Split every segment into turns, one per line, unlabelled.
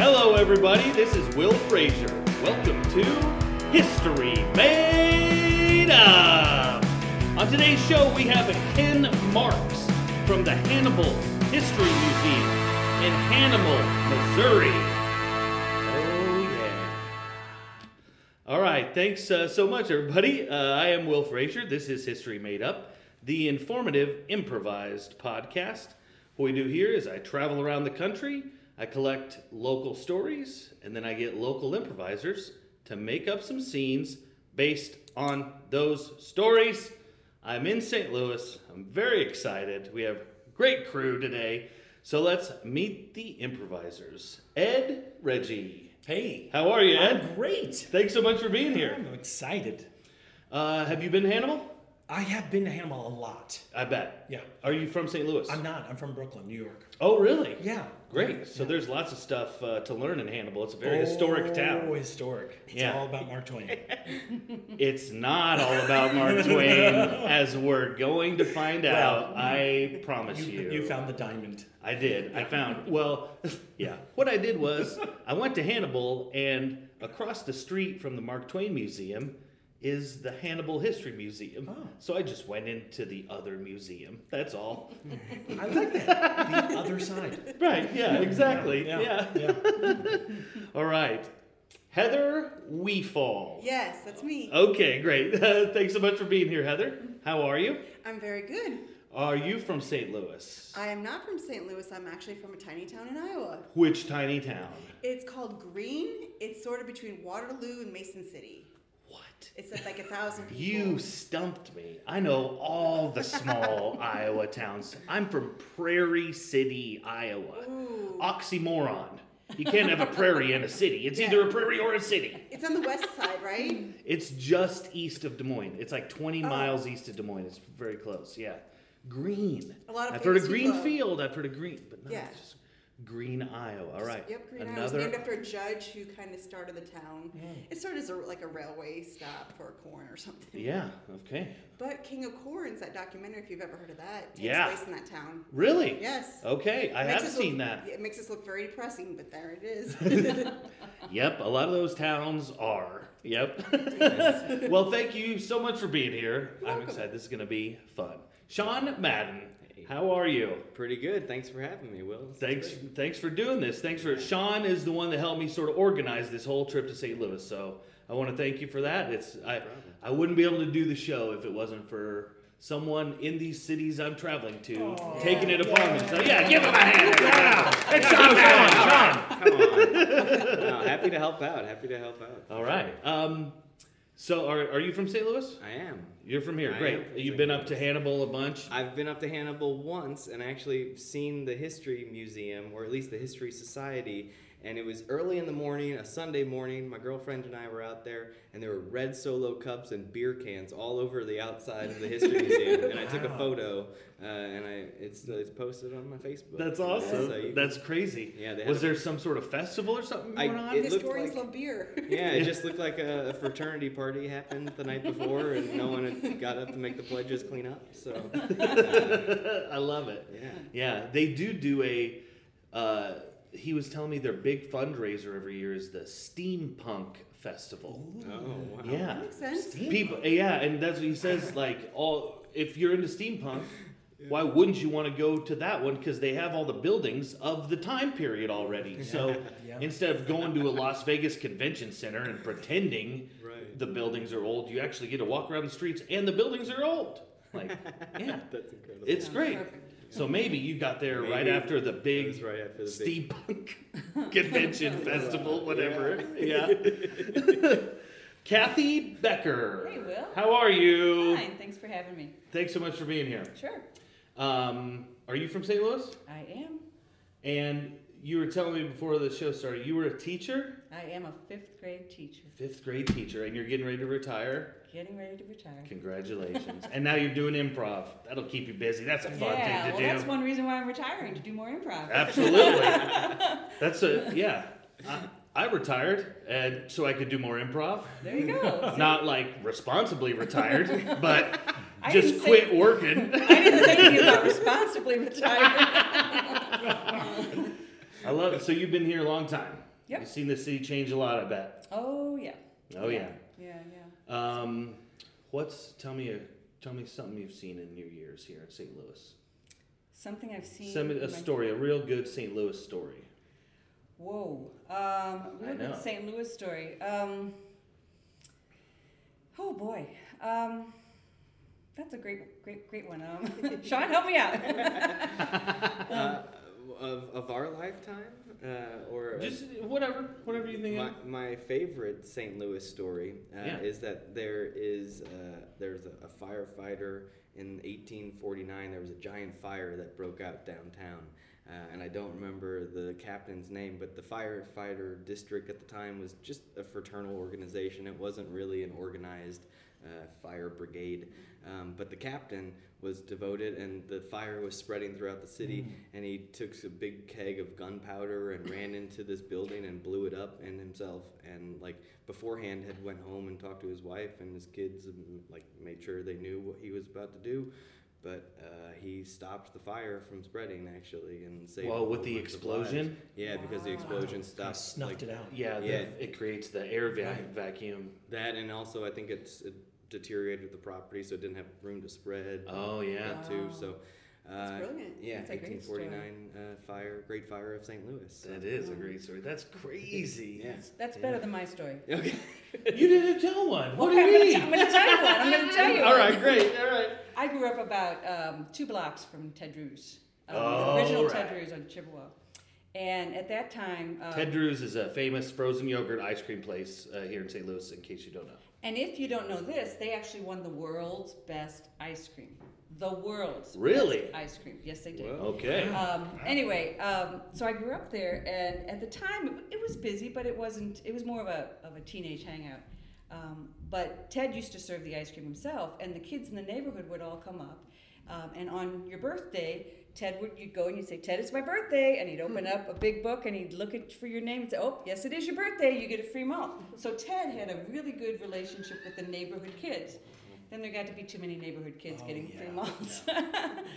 everybody. This is Will Frazier. Welcome to History Made Up. On today's show, we have Ken Marks from the Hannibal History Museum in Hannibal, Missouri. Oh, yeah. All right, thanks uh, so much, everybody. Uh, I am Will Frazier. This is History Made Up, the informative, improvised podcast. What we do here is I travel around the country, I collect local stories, and then I get local improvisers to make up some scenes based on those stories. I'm in St. Louis. I'm very excited. We have great crew today. So let's meet the improvisers. Ed, Reggie.
Hey.
How are you, Ed?
I'm great.
Thanks so much for being here.
I'm excited.
Uh, have you been to Hannibal?
I have been to Hannibal a lot.
I bet.
Yeah.
Are you from St. Louis?
I'm not. I'm from Brooklyn, New York.
oh, really?
Yeah.
Great. So there's lots of stuff uh, to learn in Hannibal. It's a very
Oh,
historic town.
historic. It's
Yeah.
all about Mark Twain.
It's not all about Mark Twain, as we're going to find out. I promise
you,
you.
you found the diamond.
I did. I found. Well, yeah. What I did was I went to Hannibal, and across the street from the Mark Twain Museum is the Hannibal History Museum.
Oh.
So I just went into the other museum. That's all.
I like that. The other side.
Right. Yeah. Exactly. Yeah.
Yeah. yeah.
All right. Heather Weefall.
Yes, that's me.
Okay. Great. Uh, thanks so much for being here, Heather. How are you?
I'm very good.
Are you from St. Louis?
I am not from St. Louis. I'm actually from a tiny town in Iowa.
Which tiny town?
It's called Green. It's sort of between Waterloo and Mason City.
What?
It's at like a thousand people.
You stumped me. I know all the small Iowa towns. I'm from Prairie City, Iowa.
Ooh.
Oxymoron. You can't have a prairie and a city. It's either a prairie or a city.
It's on the west side, right?
It's just east of Des Moines. It's like
Oh.
20 miles east of Des Moines. It's very close. Yeah. Green.
A lot of
I've heard of
places we
green
love.
field. I've heard of green, but no,
Yeah.
it's just green Iowa. All right.
Yep, Green Iowa. It was
Another.
named after a judge who kind of started the town. It started as a, like a railway stop for corn or something.
Yeah. Okay.
But King of Corns, that documentary, if you've ever heard of that, takes
Yeah.
place in that town.
Really?
Yes.
Okay. I
Makes
have
us look-
seen that.
It makes us look very depressing, but there it is.
Yep, a lot of those towns are. Yep. well, thank you so much for being here. I'm
welcome.
excited. This is going to be fun. Sean Madden, how are you?
Pretty good. Thanks for having me, Will. This is
Thanks,
great.
thanks for doing this. Thanks for Sean is the one that helped me sort of organize this whole trip to St. Louis. So I want to thank you for that. It's I, I wouldn't be able to do the show if it wasn't for someone in these cities I'm traveling to taking it upon them. So yeah, give him a hand. Yeah, it's Sean Madden. Sean.
Come on. No, happy to help out. Happy to help out.
All right. Um, so are are you from St. Louis?
I am.
You're from here.
I am
Great.
from
You've
St.
been up
Louis.
to Hannibal a bunch.
I've been up to Hannibal once and actually seen the History Museum, or at least the History Society. And it was early in the morning, a Sunday morning. My girlfriend and I were out there, and there were red solo cups and beer cans all over the outside of the History Museum. And I took a
Wow.
photo, uh, and I it's, it's posted on my Facebook.
That's awesome.
So you can-
That's crazy.
Yeah, they
Was
had-
there some sort of festival or something
I-
going on?
it- looked
Historians
like-
love beer.
Yeah, it just looked like a, a fraternity party happened the night before, and no one had got up to make the pledges clean up. So, uh,
I love it.
yeah,
Yeah, they do do a. Uh, he was telling me their big fundraiser every year is the Steampunk Festival.
oh wow,
Yeah.
Makes sense.
People, yeah, and that's what he says. Like, all if you're into steampunk, why wouldn't you want to go to that one? Because they have all the buildings of the time period already. So
Yeah.
instead of going to a Las Vegas convention center and pretending
Right.
the buildings are old, you actually get to walk around the streets and the buildings are old. Like, yeah,
that's incredible.
it's
Sounds
great.
perfect.
So maybe you got there right
Maybe.
after the
It
big
was right after the big-
steampunk convention festival, whatever. Yeah. Kathy Becker.
Hey, Will.
How are you?
Fine, thanks for having me.
Thanks so much for being here.
Sure.
Um, are you from St. Louis?
I am.
And you were telling me before the show started, you were a teacher,
I am a fifth grade teacher
fifth grade teacher, and you're getting ready to retire.
getting ready to retire.
Congratulations. and now you're doing improv. That'll keep you busy. That's a fun
yeah,
thing to
well,
do.
that's one reason why I'm retiring to do more improv.
Absolutely. that's a, yeah. I, I retired and so I could do more improv.
There you go. See,
Not like responsibly retired, but
I
just
didn't say-
quit working.
I didn't think anything about responsibly retiring.
I love it. So you've been here a long time.
Yep.
You've seen the city change a lot, I bet.
Oh yeah.
Oh yeah.
Yeah, yeah.
Um, what's tell me a tell me something you've seen in New Year's here in St. Louis.
Something I've seen.
Send me
in
a
my-
story, a real good St. Louis story.
Whoa. Um,
I
real
know.
good St. Louis story. Um, oh boy. Um, that's a great, great, great one. Um, Sean, help me out.
Uh, of, of our lifetime, uh, or
Just whatever, whatever you think.
my,
of.
my favorite St. Louis story uh,
Yeah.
is that there is uh, there's a, a firefighter in 1849. There was a giant fire that broke out downtown, uh, and I don't remember the captain's name, but the firefighter district at the time was just a fraternal organization. It wasn't really an organized uh, fire brigade, um, but the captain was devoted, and the fire was spreading throughout the city.
Mm.
And he took a big keg of gunpowder and ran into this building and blew it up and himself. And like beforehand, had went home and talked to his wife and his kids and like made sure they knew what he was about to do. But uh, he stopped the fire from spreading actually and saved.
Well,
a
with
whole
the
bunch of
explosion?
lives. Yeah, because the
Wow.
explosion
Kinda
stopped.
snuffed
like,
it out.
Yeah, the,
Yeah.
it creates the air vac-
Right.
vacuum.
That and also I think it's it deteriorated the property, so it didn't have room to spread.
Oh yeah.
that too.
Wow.
So. Uh,
That's brilliant.
yeah,
That's a great story.
1849 uh, fire, Great Fire of St. Louis. So-
That is a great story. That's crazy.
Yeah.
That's better than my story.
Okay.
You didn't tell one. What
okay, I'm
do you
gonna,
mean?
t- I'm gonna tell you one. I'm gonna tell you.
All
one.
right, great. All right.
I grew up about um, two blocks from Ted Drew's, um,
Oh,
the original
right.
Ted Drew's on Chippewa, and at that time, um,
Ted Drew's is a famous frozen yogurt ice cream place uh, here in St. Louis. In case you don't know,
and if you don't know this, they actually won the world's best ice cream. The world's
really?
ice cream. Yes, they did.
Wow.
Okay.
Um, anyway, um, so I grew up there, and at the time it, it was busy, but it wasn't. It was more of a of a teenage hangout. Um, but Ted used to serve the ice cream himself, and the kids in the neighborhood would all come up, um, and on your birthday. Ted would you'd go and you'd say, Ted, it's my birthday, and he'd open
Hmm.
up a big book and he'd look at for your name and say, Oh, yes, it is your birthday. You get a free malt. So Ted had a really good relationship with the neighborhood kids. Then there got to be too many neighborhood kids
Oh,
getting
yeah,
free malts.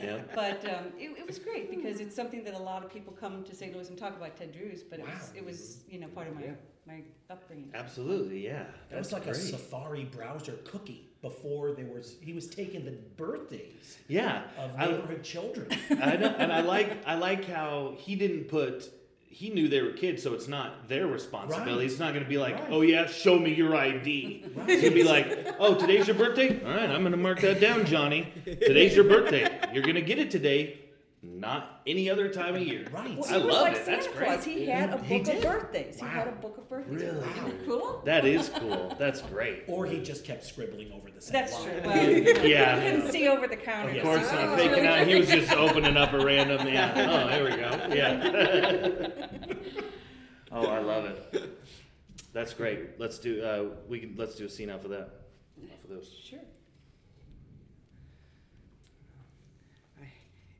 yeah.
But um, it, it was
Hmm.
great because it's something that a lot of people come to St. Louis and talk about Ted Drew's, but it was
Wow.
it was you know part of my
Yeah.
my upbringing.
Absolutely. Yeah.
That
That's
was like a
great.
Safari browser cookie before there was. He was taking the birthdays
yeah.
of
I,
neighborhood children.
I know, and I like I like how he didn't put. He knew they were kids, so it's not their responsibility.
Right.
It's not going to be like,
Right.
oh yeah, show me your ID.
Right.
He'd be like, oh, today's your birthday. All right, I'm going to mark that down, Johnny. Today's your birthday. You're going to get it today, not any other time of year.
Right.
Well,
I
it was
love
like
it.
Santa
That's
Claus.
great.
He had a book
He
of
did?
birthdays.
Wow.
He had a book of birthdays.
Really?
Isn't that cool?
That is cool. That's great.
Or he just kept scribbling over the same
That's
line.
true. Well, you know,
Yeah.
You couldn't see over the counter.
Of
Yes.
course,
Oh,
not
it's
faking
really
out. He was just opening up a random. Yeah. Oh, there we go. Yeah. oh, I love it. That's great. Let's do. Uh, we can. Let's do a scene off of that. Off of those.
Sure.
I,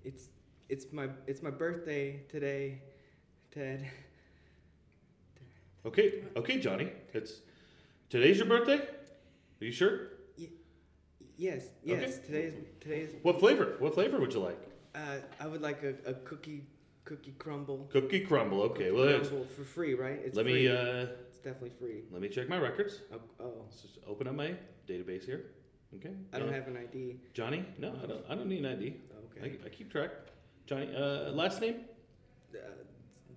it's it's my it's my birthday today, Ted.
Okay. Okay, Johnny. It's today's your birthday. Are you sure?
Yes, yes.
Okay.
Today's today's.
What flavor? What flavor would you like?
Uh, I would like a, a cookie cookie crumble.
Cookie crumble. Okay.
Cookie
Well, it's-
crumble for free, right? It's
let me.
free.
Uh,
it's definitely free.
let me check my records.
Oh, oh.
Let's just open up my database here. Okay.
I don't
Yeah.
have an ID.
Johnny. No, I don't. I don't need an ID.
Okay.
I, I keep track. Johnny. Uh, last name.
Uh,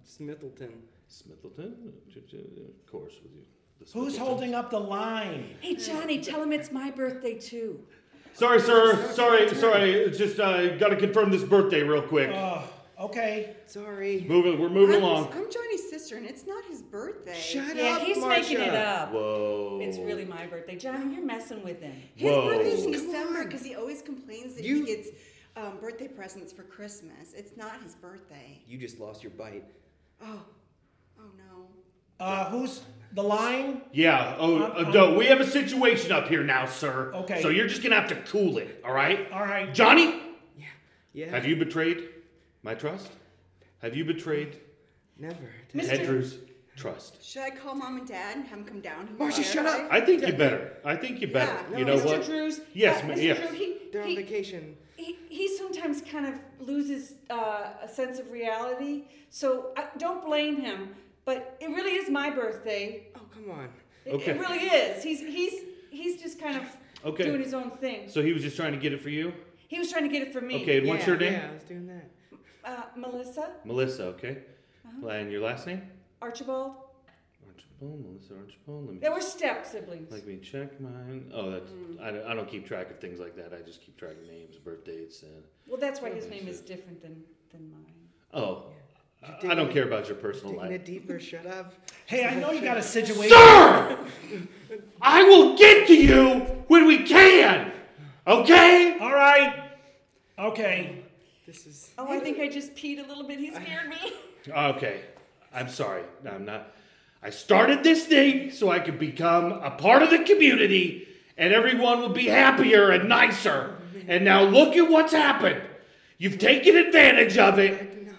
Smithleton.
Smithleton, of course, with you. The
Who's
Smitheltons.
holding up the line?
Hey Johnny, tell him it's my birthday too.
Sorry, sir. Sorry, sorry. Just uh, got to confirm this birthday real quick.
Uh, okay.
Sorry.
Moving, we're moving
I'm,
along.
I'm Johnny's sister, and it's not his birthday.
Shut
yeah,
up,
he's making it
Marcia.
up.
Whoa.
It's really my birthday, John. You're messing with him.
His
Whoa.
birthday's in
Come
December because he always complains that he
You-
gets um, birthday presents for Christmas. It's not his birthday.
You just lost your bite.
Oh, oh no.
Uh, who's the line?
Yeah. Oh,
I'm-
uh, no. We have a situation up here now, sir.
Okay. Uh,
So you're just gonna have to cool it. All right.
All right.
Johnny,
Yeah.
have you betrayed my trust? Have you betrayed
Never. Ted.
Mr.
Andrew's trust?
Should I call mom and dad and have them come down? and
Marcia,
verify?
shut up.
I think you better. I think you better.
Yeah,
you
no,
know
Mr.
what?
Drew's.
Yes,
uh,
ma-
Mr.
yes.
Drew, he,
They're on
he-
vacation.
He, he sometimes kind of loses uh, a sense of reality, so I, don't blame him. But it really is my birthday.
Oh, come on.
It,
Okay.
it really is. He's he's he's just kind of
Okay.
doing his own thing.
So he was just trying to get it for you?
he was trying to get it for me.
Okay, and what's
yeah,
your name?
Yeah, I was doing that.
Uh, Melissa
Melissa, okay?
Uh-huh.
And your last name?
Archibald.
Archibald, Melissa Archibald. Let me,
There were Mm. step siblings.
let me check mine. Oh, that's, I, don't, I don't keep track of things like that. I just keep track of names, birth dates, and.
well, that's why his
Yeah,
name is
sure.
different than than mine.
Oh,
You're
I- I
digging
don't
it-
care about your
Digging
personal life.
it deeper, shut up.
Hey, I know you got a situation.
Sir! I will get to you when we can! Okay?
All right. Okay.
This is.
Oh, I think I just peed a little bit. He scared me.
Okay. I'm sorry. I'm not. I started this thing so I could become a part of the community and everyone would be happier and nicer. And now look at what's happened. You've taken advantage of it,
No,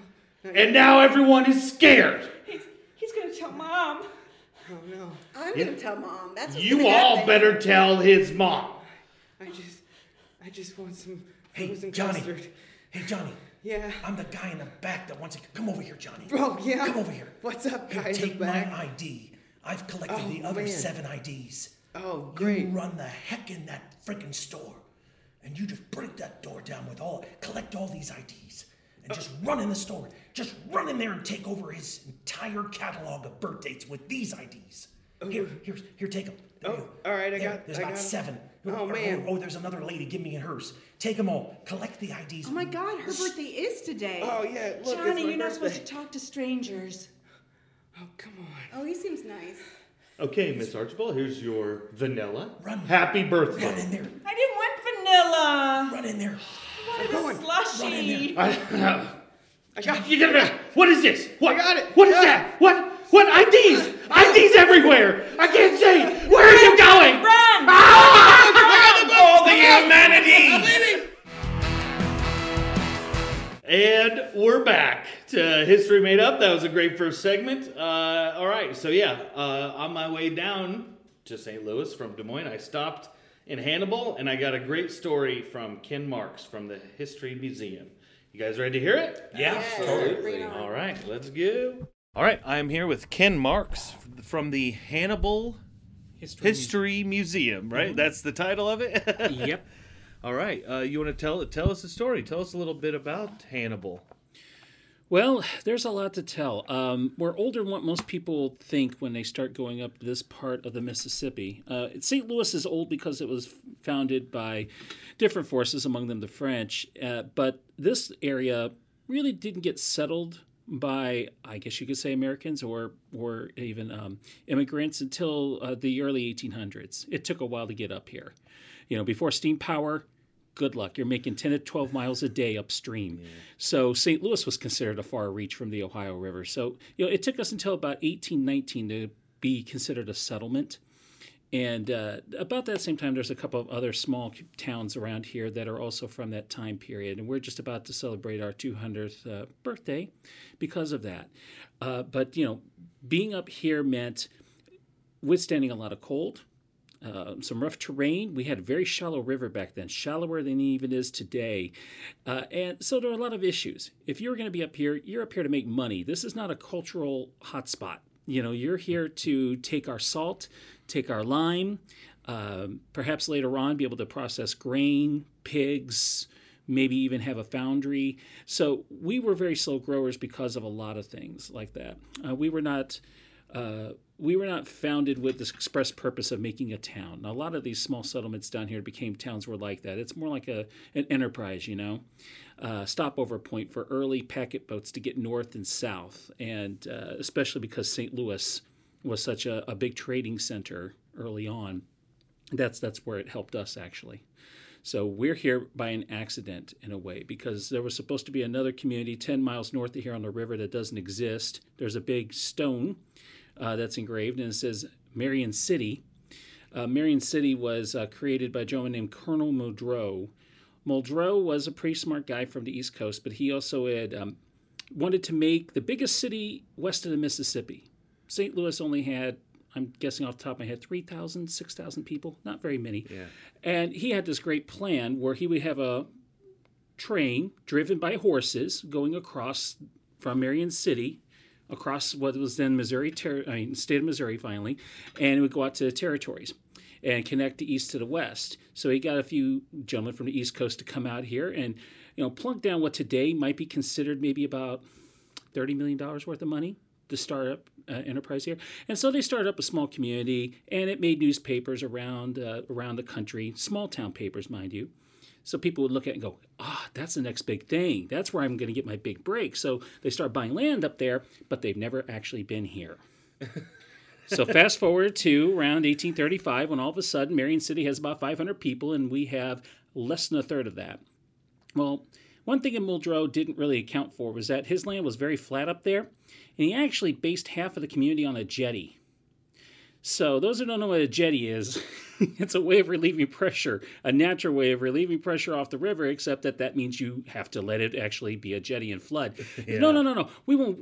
no,
and now everyone is scared.
He's he's gonna tell mom.
no, no.
I'm
You-
gonna tell mom. That's what's
You
gonna
all
happen.
better tell his mom.
I just, I just want some
Hey,
frozen
Johnny.
custard.
Hey, Johnny.
Yeah.
I'm the guy in the back that wants to come over here, Johnny.
Bro, yeah.
Come over here.
What's up,
Here,
guy in the
take
back?
my ID. I've collected
Oh,
the other
man.
seven IDs.
Oh, great.
You run the heck in that freaking store, and you just break that door down with all, collect all these IDs, and just run in the store. Just run in there and take over his entire catalog of birth dates with these IDs. Here, here, here, take them.
Oh, all right, I got-
There's
I
about
got 'em.
seven.
Oh,
Or- or-
man.
Oh, there's another lady. Give me hers. Take them all. Collect the IDs.
Oh my God, her birthday is today.
Uh,
Oh yeah, look, it's
Johnny,
my
you're not supposed to
birthday.
talk to strangers.
Oh come on.
Oh, he seems nice.
Okay, Miss Archibald, here's your vanilla.
Run.
Happy birthday.
Run in there.
I didn't want vanilla.
Run in there.
I
Go on,
wanted a
run in
slushy.
I,
I got
you got What is this? What,
I got it.
What is
Ah.
that? What? What? IDs! IDs everywhere! I can't see! Where are you going?
Run!
Ah! All the
humanity.
And we're back to History Made Up. That was a great first segment. Uh, all right, so yeah, uh, on my way down to St. Louis from Des Moines, I stopped in Hannibal and I got a great story from Ken Marks from the History Museum. You guys ready to hear it?
Yeah.
Yes, bring it on.
All right, let's go. All right, I am here with Ken Marks from the Hannibal
History. Mm-hmm.
History Museum, right? That's the title of it.
Yep.
All right, uh, you want to tell tell us a story? Tell us a little bit about Hannibal.
Well, there's a lot to tell. Um, we're older than what most people think when they start going up this part of the Mississippi. Uh, St. Louis is old because it was founded by different forces, among them the French. Uh, but this area really didn't get settled by, I guess you could say, Americans or or even um, immigrants until uh, the early 1800s. It took a while to get up here. You know, before steam power, good luck. You're making 10 to 12 miles a day upstream. So St. Louis was considered a far reach from the Ohio River. So, you know, it took us until about 1819 to be considered a settlement. And uh, about that same time, there's a couple of other small c- towns around here that are also from that time period. And we're just about to celebrate our 200th uh, birthday because of that. Uh, but, you know, being up here meant withstanding a lot of cold, uh, some rough terrain. We had a very shallow river back then, shallower than it even is today. Uh, and so there are a lot of issues. If you're going to be up here, you're up here to make money. This is not a cultural hotspot. You know, you're here to take our salt, take our lime, um, perhaps later on be able to process grain, pigs, maybe even have a foundry. So we were very slow growers because of a lot of things like that. Uh, we were not uh, we were not founded with this express purpose of making a town. Now, a lot of these small settlements down here became towns were like that. It's more like a an enterprise, you know, uh, stopover point for early packet boats to get north and south, and uh, especially because St. Louis was such a, a big trading center early on. That's that's where it helped us actually. So we're here by an accident in a way because there was supposed to be another community 10 miles north of here on the river that doesn't exist. There's a big stone uh, that's engraved and it says Marion City. Uh, Marion City was uh, created by a gentleman named Colonel Muldrow. Muldrow was a pretty smart guy from the East Coast, but he also had um, wanted to make the biggest city west of the Mississippi. St. Louis only had, I'm guessing off the top of my head, 3,000, 6,000 people, not very many. And he had this great plan where he would have a train driven by horses going across from Marion City across what was then Missouri, ter- I mean, state of Missouri, finally, and it would go out to the territories and connect the east to the west. So he got a few gentlemen from the east coast to come out here and, you know, plunk down what today might be considered maybe about thirty million dollars worth of money to start up uh, enterprise here, and so they started up a small community, and it made newspapers around uh, around the country, small town papers, mind you. So people would look at it and go, ah, that's the next big thing. That's where I'm going to get my big break. So they start buying land up there, but they've never actually been here. so fast forward to around 1835, when all of a sudden Marion City has about 500 people, and we have less than a third of that. Well, one thing that Muldrow didn't really account for was that his land was very flat up there, and he actually based half of the community on a jetty. So, those who don't know what a jetty is, it's a way of relieving pressure, a natural way of relieving pressure off the river, except that that means you have to let it actually be a jetty and flood. No, no, no, no. We won't.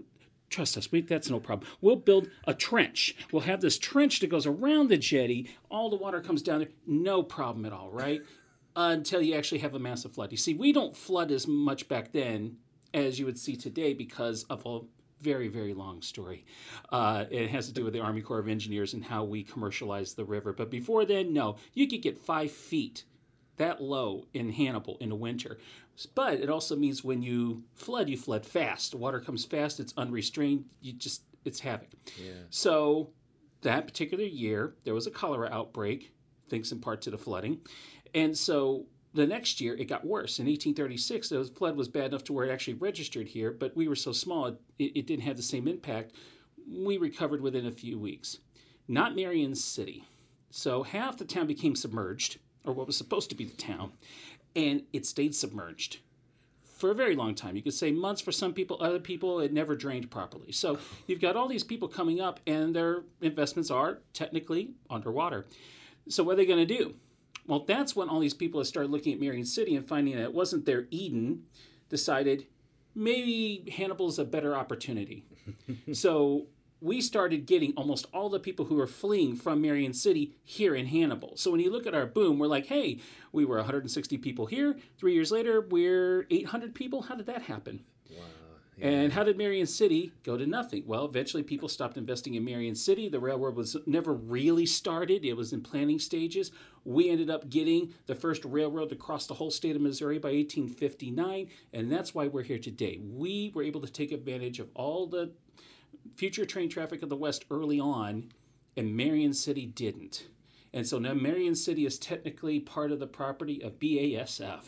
Trust us, we, that's no problem. We'll build a trench. We'll have this trench that goes around the jetty. All the water comes down there. No problem at all, right? until you actually have a massive flood. You see, we don't flood as much back then as you would see today because of a very, very long story. Uh, it has to do with the Army Corps of Engineers and how we commercialized the river. But before then, no, you could get five feet that low in Hannibal in the winter. But it also means when you flood, you flood fast. Water comes fast, it's unrestrained, you just, it's havoc. So that particular year, there was a cholera outbreak, thanks in part to the flooding. And so the next year it got worse. In 1836, the flood was bad enough to where it actually registered here, but we were so small it, it didn't have the same impact. We recovered within a few weeks. Not Marion City. So half the town became submerged, or what was supposed to be the town, and it stayed submerged for a very long time. You could say months for some people, other people, it never drained properly. So you've got all these people coming up, and their investments are technically underwater. So what are they going to do? Well, that's when all these people that started looking at Marion City and finding that it wasn't their Eden, decided maybe Hannibal's a better opportunity. so we started getting almost all the people who were fleeing from Marion City here in Hannibal. So when you look at our boom, we're like, hey, we were 160 people here. Three years later, we're 800 people. How did that happen? And how did Marion City go to nothing? Well, eventually people stopped investing in Marion City. The railroad was never really started, it was in planning stages. We ended up getting the first railroad to cross the whole state of Missouri by 1859, and that's why we're here today. We were able to take advantage of all the future train traffic of the West early on, and Marion City didn't. And so now Marion City is technically part of the property of BASF.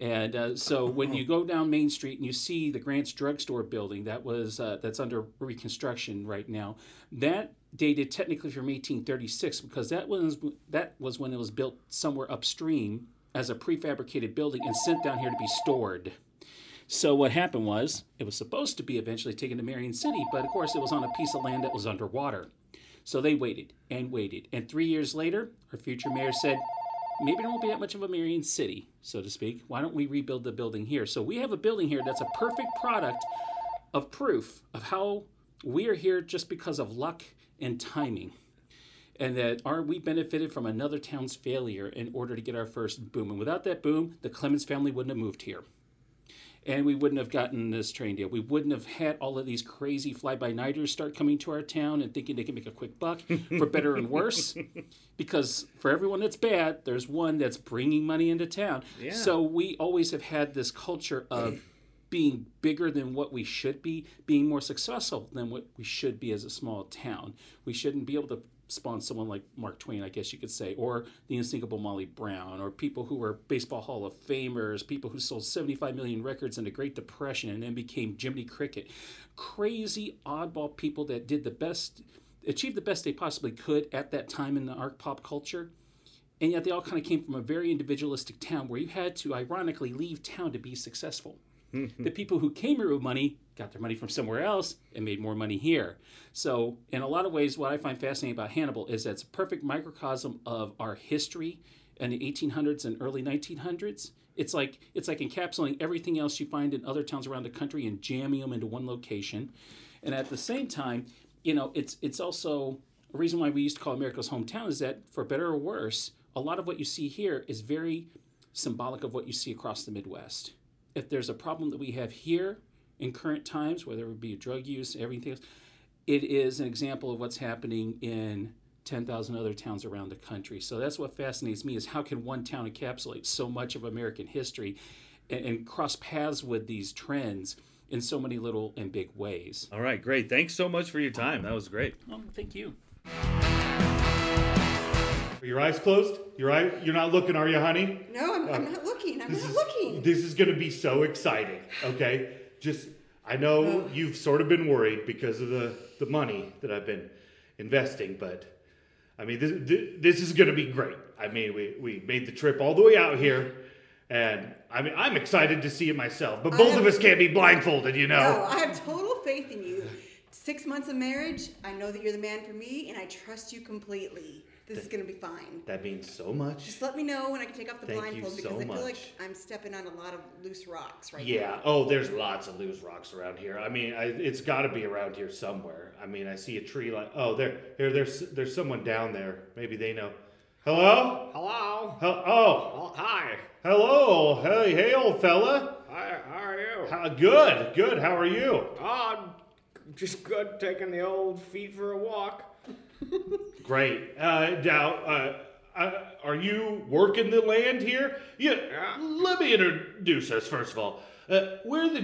And uh, so when you go down Main Street and you see the Grant's Drugstore building that was uh, that's under reconstruction right now, that dated technically from 1836 because that was that was when it was built somewhere upstream as a prefabricated building and sent down here to be stored. So what happened was it was supposed to be eventually taken to Marion City, but of course it was on a piece of land that was underwater. So they waited and waited, and three years later, our future mayor said, maybe there won't be that much of a Marion City, so to speak. Why don't we rebuild the building here? So we have a building here that's a perfect product of proof of how we are here just because of luck and timing. And that are we benefited from another town's failure in order to get our first boom. And without that boom, the Clemens family wouldn't have moved here. And we wouldn't have gotten this train deal. We wouldn't have had all of these crazy fly by nighters start coming to our town and thinking they can make a quick buck for better and worse because for everyone that's bad, there's one that's bringing money into town. So we always have had this culture of being bigger than what we should be, being more successful than what we should be as a small town. We shouldn't be able to spawn someone like Mark Twain, I guess you could say, or the unsinkable Molly Brown, or people who were baseball Hall of Famers, people who sold 75 million records in the Great Depression and then became Jiminy Cricket. Crazy, oddball people that did the best, achieved the best they possibly could at that time in the art pop culture. And yet they all kind of came from a very individualistic town where you had to ironically leave town to be successful. the people who came here with money got their money from somewhere else and made more money here. So, in a lot of ways, what I find fascinating about Hannibal is that it's a perfect microcosm of our history in the 1800s and early 1900s. It's like it's like encapsulating everything else you find in other towns around the country and jamming them into one location. And at the same time, you know, it's it's also a reason why we used to call America's hometown is that for better or worse, a lot of what you see here is very symbolic of what you see across the Midwest. If there's a problem that we have here, in current times, whether it be drug use, everything else. It is an example of what's happening in 10,000 other towns around the country. So that's what fascinates me is how can one town encapsulate so much of American history and, and cross paths with these trends in so many little and big ways.
All right, great. Thanks so much for your time. That was great.
Um, thank you.
Are your eyes closed? Your eye, you're not looking, are you, honey?
No, I'm, I'm not looking. I'm
uh, This
not
is
looking.
this is going to be so exciting. Okay, just I know you've sort of been worried because of the the money that I've been investing, but I mean this this, this is going to be great. I mean we we made the trip all the way out here, and I mean I'm excited to see it myself. But both
am-
of us can't be blindfolded, you
No,
know.
I have total faith in you. Six months of marriage, I know that you're the man for me, and I trust you completely. This is going to be fine.
That means so much.
Just let me know when I can take off the
Thank you
blindfold
so
because I feel like
much.
I'm stepping on a lot of loose rocks right now.
Yeah. Oh, there's lots of loose rocks around here. I mean, I, it's got to be around here somewhere. I mean, I see a tree like oh, there, here, there's there's someone down there. Maybe they know. Hello?
Hello.
Hel- oh,
Oh, hi.
hello. Hey, hey, old fella.
Hi. How are you?
How, good, good. How are you?
Oh, I'm just good. Taking the old feet for a walk.
Great. Uh, now, uh, uh, are you working the land here? Yeah.
Yeah.
Let me introduce us first of all. Uh, we're the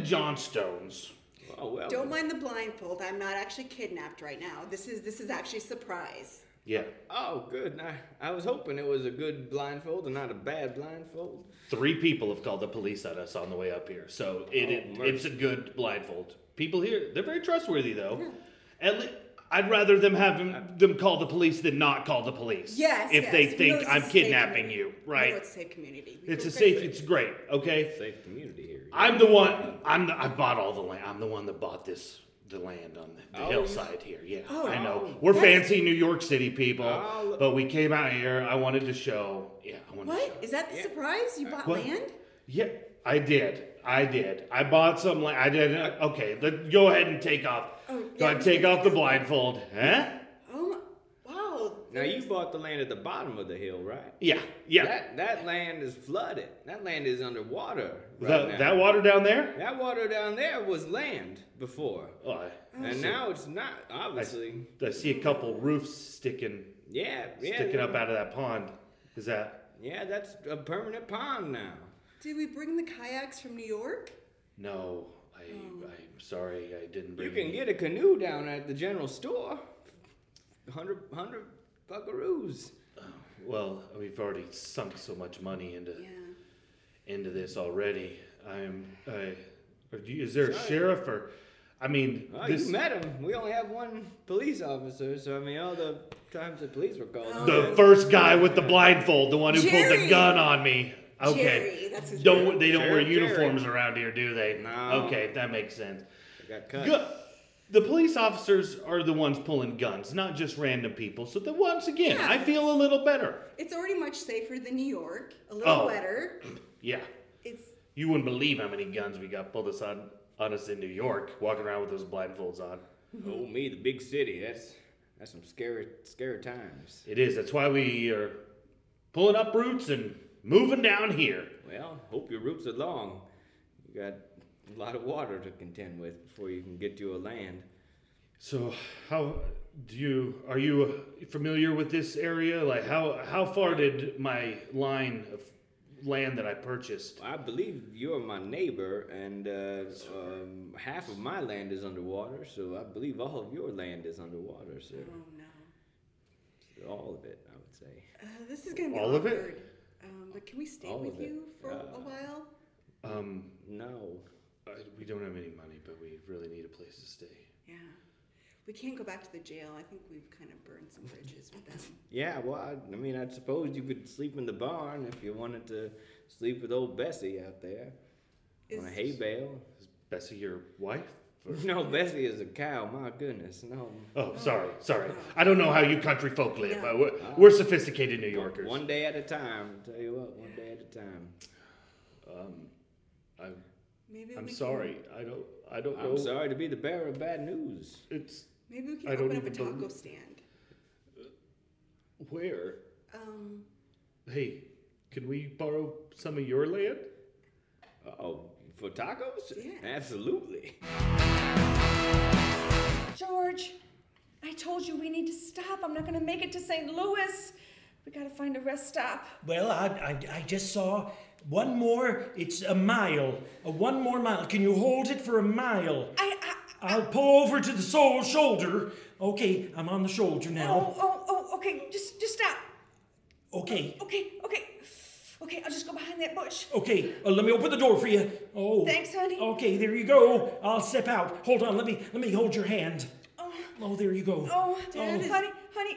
Johnstones.
Oh well.
Don't mind the blindfold. I'm not actually kidnapped right now. This is this is actually a surprise.
Yeah.
Oh, good. I, I was hoping it was a good blindfold and not a bad blindfold.
Three people have called the police on us on the way up here, so
Oh,
it, it- it's a good blindfold. People here, they're very trustworthy though. At le- I'd rather them have them, them call the police than not call the police.
Yes.
if
yes.
they
We know
think
this
I'm
is a safe
kidnapping
community.
you,
We
right?
know it's a safe community. We
it's
feel
a safe.
great.
It's great. Okay,
Safe community here.
I'm the one. I'm the, I bought all the land. I'm the one that bought this the land on the, the
Oh,
hillside here. Yeah,
Oh,
I know.
oh,
We're
that's-
fancy New York City people,
Oh,
but we came out here. I wanted to show. Yeah, I wanted to show.
What is that? The surprise? You bought
What?
land?
Yeah, I did. I did. I bought some. La- I did. uh, Okay, let go ahead and take off.
Oh,
go
yeah.
ahead, take off the blindfold, huh?
Oh, my- wow.
Now you bought the land at the bottom of the hill, right?
Yeah, yeah. That,
That that land is flooded. That land is underwater right now.
that, water down there.
That water down there was land before,
Oh, I, I
and
see-
now it's not. Obviously,
I see a couple roofs sticking,
yeah, yeah,
sticking
yeah.
up out of that pond. Is that?
Yeah, that's a permanent pond now.
Did we bring the kayaks from New York?
No, I,
Oh.
I'm sorry, I didn't.
You
Bring
can
any-
get a canoe down at the general store. Hundred, hundred buckaroos.
Well, we've already sunk so much money into
Yeah.
into this already. I'm. I, are you- is there a sheriff or? I mean,
Oh,
this,
you met him. We only have one police officer, so I mean, all the times the police were called. on
The
us-
first guy with the blindfold, the one who pulled the
Jerry.
gun on me. Okay.
Jerry, that's his
Don't they don't wear
Sheriff Jerry.
uniforms around here, do they?
No.
Okay, that makes sense.
got cut.
Good. The police officers are the ones pulling guns, not just random people. So then once again,
Yeah.
I feel a little better.
It's already much safer than New York. A little
Oh.
wetter.
Yeah.
It's
You wouldn't believe how many guns we got pulled us on on us in New York, walking around with those blindfolds on.
Oh me, the big city. That's that's some scary, scary times.
It is. That's why we are pulling up roots and moving down here.
Well, hope your roots are long. You got a lot of water to contend with before you can get to a land.
So, how do you are you familiar with this area? Like how how far did my line of land that I purchased?
I believe you're my neighbor, and uh, um, half of my land is underwater, so I believe all of your land is underwater, sir.
oh no.
All of it, I would say.
Uh, this is gonna be
All of it?
awkward. Um, but can we stay
All
with
of it.
you for
Yeah.
a while?
Um,
No.
I, we don't have any money, but we really need a place to stay.
Yeah. We can't go back to the jail. I think we've kind of burned some bridges with them.
Yeah, well, I, I mean, I suppose you could sleep in the barn if you wanted to sleep with old Bessie out there on a
Is-
hay bale.
Is Bessie your wife? Or-
No, Bessie is a cow. My goodness, no.
oh, sorry, sorry. I don't know how you country folk live.
No.
Uh, we're, we're sophisticated New Yorkers.
One day at a time. Tell you what, one day at a time.
I'm,
Maybe
I'm
we
sorry. I don't. I don't know.
I'm sorry to be the bearer of bad news.
It's
Can, maybe we can
I don't
open up a
even
taco
believe-
stand.
where.
Um,
Hey, can we borrow some of your land?
Oh,
Uh, For tacos?
Yeah.
Absolutely.
George, I told you we need to stop. I'm not going to make it to St. Louis. We got to find a rest stop.
Well, I, I, I just saw one more. It's a mile. A one more mile. Can you hold it for a mile?
I, I
I'll pull over to the sole shoulder. Okay, I'm on the shoulder
oh,
now.
oh, oh, okay, just, just stop. Oh.
Okay,
Okay, okay, okay. I'll just go behind that bush.
okay. Uh, let me open the door for you. Oh.
Thanks, honey.
Okay, there you go. I'll step out. Hold on. Let me let me hold your hand.
Oh,
Oh, there you go.
oh,
Dad is-
honey, honey,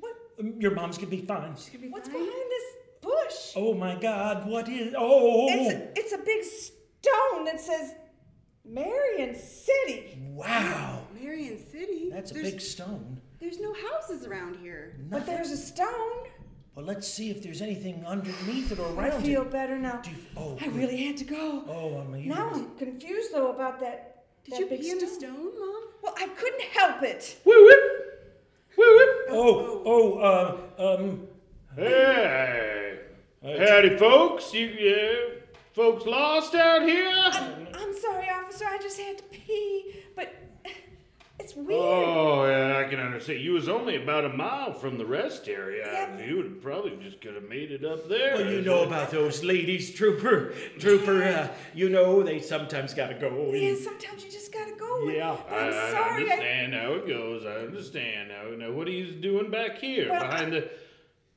what,
Um, Your mom's gonna be fine.
what's behind this bush?
Oh my God! What is? Oh.
It's, a, it's a big stone that says Marion City.
Wow.
Marion City.
That's a
there's,
big stone.
There's no houses around here.
But there's a stone.
Well, let's see if there's anything underneath it or
I
around
feel
it.
better now.
Do you, oh,
I
good.
really had to go.
Oh, I'm a
Now I'm confused though about that.
Did
that
you
big
pee in the
stone.
stone, Mom?
Well, I couldn't help it.
Woo whoop! Woo whoop!
Oh, oh, uh, um,
Hey, howdy, folks. You uh, folks lost out here?
I'm, I'm sorry, officer. I just had to pee, but it's weird.
Oh, yeah, I can understand. You was only about a mile from the rest area.
Yeah.
You would probably just could have made it up there.
well, you know about those ladies, Trooper. Trooper, uh, you know they sometimes gotta go. and-
yeah, sometimes you just gotta go. and-
Yeah.
but
I,
I'm
I
sorry. I-
understand how it goes. I understand now. Now, what are you doing back here
Well,
behind the?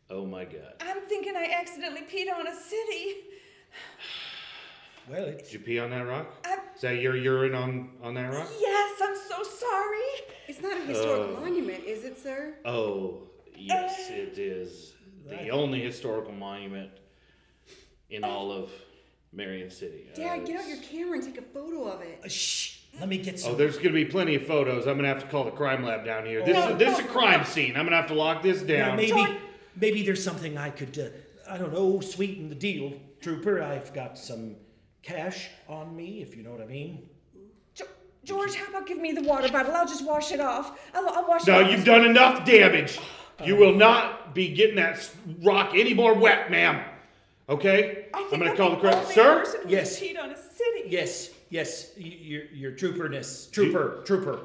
Oh my God!
I'm thinking I accidentally peed on a city.
Well, it's,
Did you pee on that rock?
I'm,
Is that your urine on on that rock?
yes, I'm so sorry.
It's not a historical
Oh.
monument, is it, sir?
Oh yes, it is the only historical monument in all of Marion City.
Dad,
Uh,
get out your camera and take a photo of it.
uh, shh. Let me get
Oh,
some.
there's gonna be plenty of photos. I'm gonna have to call the crime lab down here. This
No,
is this is a
no,
crime
no.
scene. I'm gonna have to lock this
Now,
down.
maybe,
Sorry.
maybe there's something I could, uh, I don't know, sweeten the deal, Trooper. I've got some cash on me, if you know what I mean.
Jo- George, how about give me the water bottle? I'll just wash it off. I'll, I'll wash
No,
it off.
you've done enough damage. You will not be getting that s- rock any more wet, ma'am. Okay?
I
I'm
think
gonna
I'm
call the crime.
only
Sir?
person who's
Yes.
peed on a city.
Yes, yes, y- your your trooperness, trooper, trooper.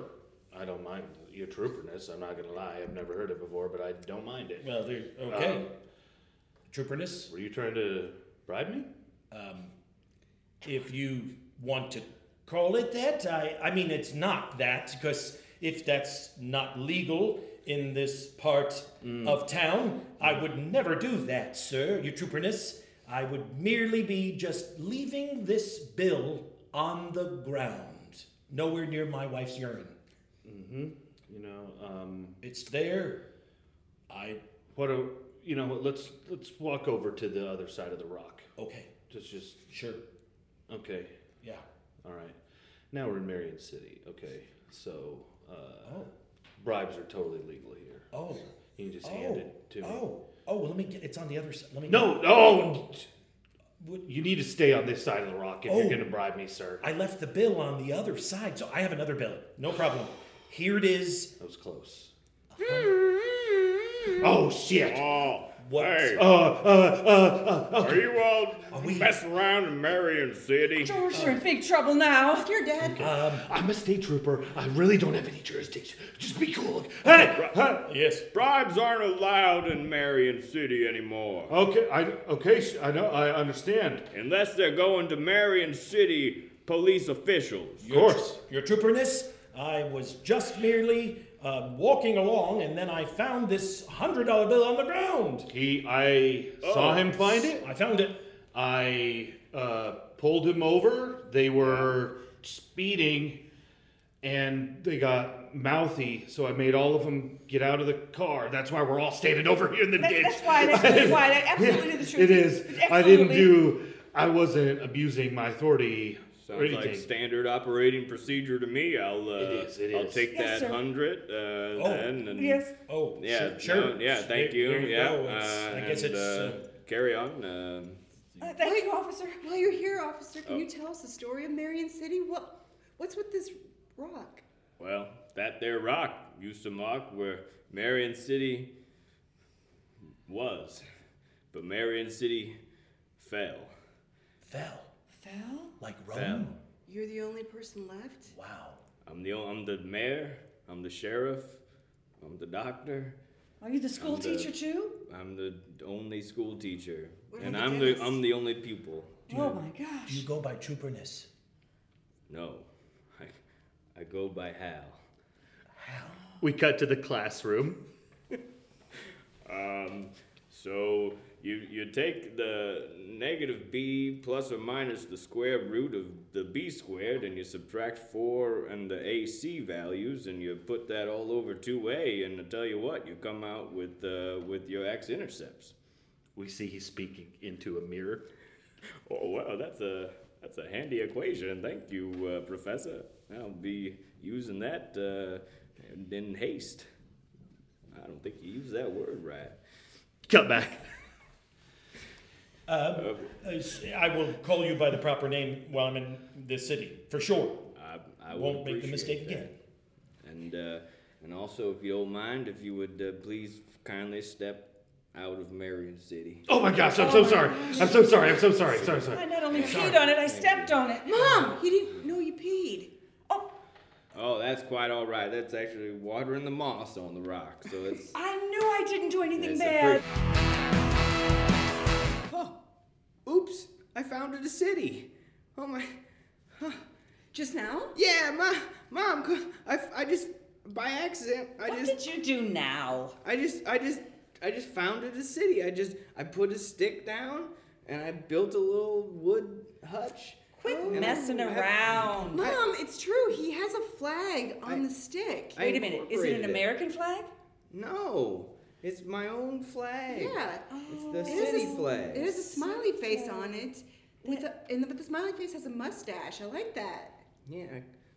I don't mind your trooperness. I'm not gonna lie. I've never heard it before, but I don't mind it.
Well, there. Okay.
Um,
Uh, trooperness.
Were you trying to bribe me?
If you want to call it that, I I mean it's not that because if that's not legal in this part
Mm.
of town, I would never do that, sir. Your trooperness. I would merely be just leaving this bill on the ground, nowhere near my wife's urine.
You know, um,
It's there. I
what a you know, what, let's let's walk over to the other side of the rock.
okay,
Just just
sure,
okay.
yeah.
All right. Now we're in Marion City. Okay. So, uh,
Oh,
bribes are totally legal here.
oh,
You can just hand
oh,
it to me.
oh, oh. Well, let me get. It's on the other side. Let me.
No, no.
Would-
You need to stay on this side of the rock if
Oh.
you're going to bribe me, sir.
I left the bill on the other side, so I have another bill. No problem. Here it is.
That was close. Oh shit!
Oh,
What?
hey,
Uh, uh, uh, uh.
are you all
we-
messing around in Marion City?
George, you're in
Uh,
big trouble now.
Here,
Oh,
Dad.
I'm a state trooper. I really don't have any jurisdiction. Just be cool. Hey, hey.
Yes.
Bribes aren't allowed in Marion City anymore.
Oh.
Okay, I okay. sh- I know. I understand.
Unless they're going to Marion City police officials.
Of course. Your trooperness, I was just merely um, walking along, and then I found this $100 bill on the ground.
He, I saw him find it.
I found it.
I uh, pulled him over. They were speeding, and they got mouthy. So I made all of them get out of the car. That's why we're all standing over here in the
That's,
ditch.
that's why. That's, that's why. That absolutely the truth.
It is.
Absolutely.
I didn't do. I wasn't abusing my authority or
Sounds like
anything.
standard operating procedure to me. I'll uh,
It is, it
I'll
is.
take
Yes,
that
sir.
hundred uh,
Oh.
then and
Yes.
Oh,
yeah,
sure. sure.
no, yeah. Thank
There-
you.
there
yeah,
go. It's-
uh,
I guess
and,
it's.
uh, carry on. Uh,
Uh, thank you, officer.
While you're here, officer, can you tell us the story of Marion City? What, what's with this rock?
well, that there rock used to mark where Marion City was, but Marion City fell.
fell.
Fell?
Like
Fell.
Rome?
You're the only person left?
Wow.
I'm the I'm the mayor. I'm the sheriff. I'm the doctor.
Are you the school
I'm the-
teacher too?
I'm the only school teacher,
What
and
about the
I'm the
dentist?
I'm the only pupil.
oh my
Do you
gosh.
go by trooperness?
No, I I go by Hal.
We cut to the classroom.
Um, so you you take the negative b plus or minus the square root of the b squared, and you subtract four and the ac values, and you put that all over two a, and I tell you what, you come out with uh, with your x-intercepts.
We see he's speaking into a mirror.
Oh wow, that's a that's a handy equation. Thank you, uh, Professor. I'll be using that uh, in haste. I don't think you used that word right.
Cut back.
Oh.
Uh, s- I will call you by the proper name while I'm in this city, for sure.
I, I would
Won't make the
appreciate
mistake
that.
again.
And uh, and also, if you don't mind, if you would uh, please kindly step out of Marion City.
Oh my gosh, I'm so sorry. I'm so sorry. I'm so sorry. Sorry,
I
sorry.
not only peed on it, I stepped on it.
Mom! You didn't know you peed.
Oh,
Oh, that's quite all right. That's actually water in the moss on the rock. So it's
I knew I didn't do anything
It's a
bad.
Oh, oops! I founded a city. Oh my!
Just now?
Yeah, mom, mom! c- I, f- I just by accident I
What
just
did you do now?
I just I just I just founded a city. I just I put a stick down and I built a little wood hutch.
Quit
and I-
messing
I-
around.
Mom, it's true. He has a flag on
I-
the stick.
I
Wait a minute. Is it
incorporated
an American flag?
No, it's my own flag.
yeah. Oh.
it's the
It has a
city
s-
flag.
It has a smiley face on it. With a, and the, but the smiley face has a mustache. I like that.
Yeah.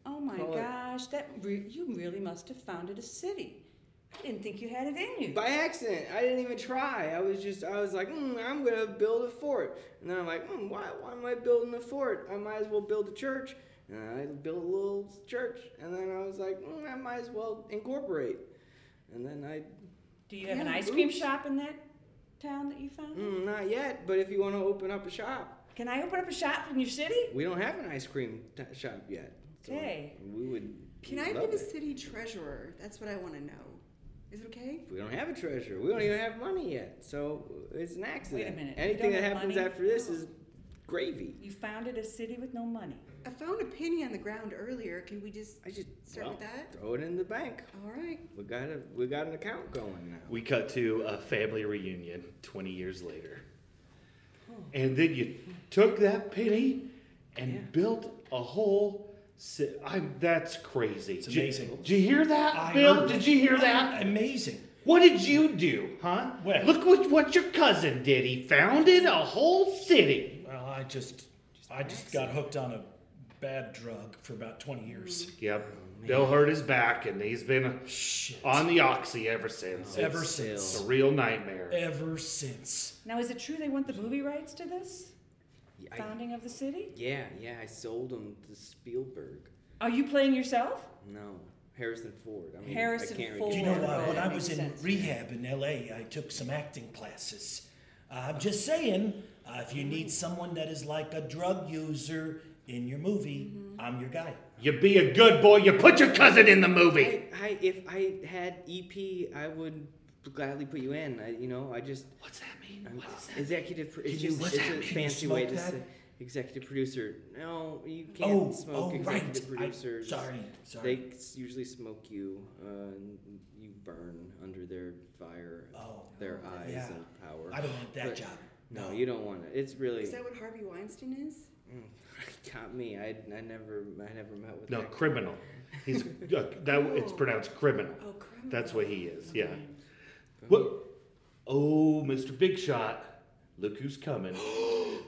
Oh my
Call it-
gosh, that re- you really must have founded a city. I didn't think you had it in you.
By accident, I didn't even try. I was just, I was like, mm, I'm gonna build a fort, and then I'm like, mm, why, why am I building a fort? I might as well build a church, and I built a little church, and then I was like, mm, I might as well incorporate, and then I
do you have an
Yeah,
ice cream
oops.
shop in that town that you found?
Mm, not yet, but if you want to open up a shop,
Can I open up a shop in your city?
we don't have an ice cream t- shop yet.
Okay.
we would.
Can
we'd
I be
love
the
it.
city treasurer? That's what I want to know. Is it okay?
We don't have a treasure. We don't even have money yet, so it's an accident.
minute, you
Anything that Oh.
don't have
happens
money?
after this is gravy.
You founded a city with no money.
I found a penny on the ground earlier. Can we just
I just
start with
well,
that?
Throw it in the bank.
All right.
We got a we got an account going now.
We cut to a family reunion 20 years later.
And then you took that penny and built a whole. Si- I'm, that's crazy. It's
amazing.
Did, you hear that,
I
Bill?
heard
Did
it.
you hear that?
Amazing.
What did you do, huh?
Well-
Look what, what your cousin did. He founded a whole city.
Well, I just, I just got hooked on a bad drug for about 20 years.
Yep.
Oh,
Bill hurt his back, and he's been
Shit.
on the oxy ever since.
ever
It's
since.
a real nightmare.
Ever since.
Now, is it true they want the movie rights to this
I-
founding of the city?
yeah, yeah. I sold them to Spielberg.
Are you playing yourself?
No, Harrison Ford. I mean,
Harrison
I can't
Ford.
Do
Re-
you know
Right,
what? When
that
I
makes
was in
sense.
rehab in LA, I took some acting classes. I'm just saying, uh, if you need someone that is like a drug user in your movie, I'm your guy.
You be a good boy. You put your cousin in the movie.
I, I if I had EP, I would gladly put you in. I, you know, I just.
What's that mean?
I'm
What is that?
executive. Pro- it's
Can you-
just
what's
it's
that
a
mean? You
fancy way
smoke
to
that?
say executive producer. No, you can't
Oh,
smoke
oh, right.
executive
I-
producers.
sorry,
They
sorry.
s- usually smoke you. Uh, and you burn under their fire, of
Oh,
their eyes
yeah.
and power.
I don't want that
But-
job.
No, you don't want it. It's really
Is that what Harvey Weinstein is?
Mm, got me. I, I never I never met with
No,
that.
criminal. He's uh, that. It's pronounced criminal.
Oh, crap.
That's what he is. Yeah. What? Oh, Mr. Big Shot. Look who's coming.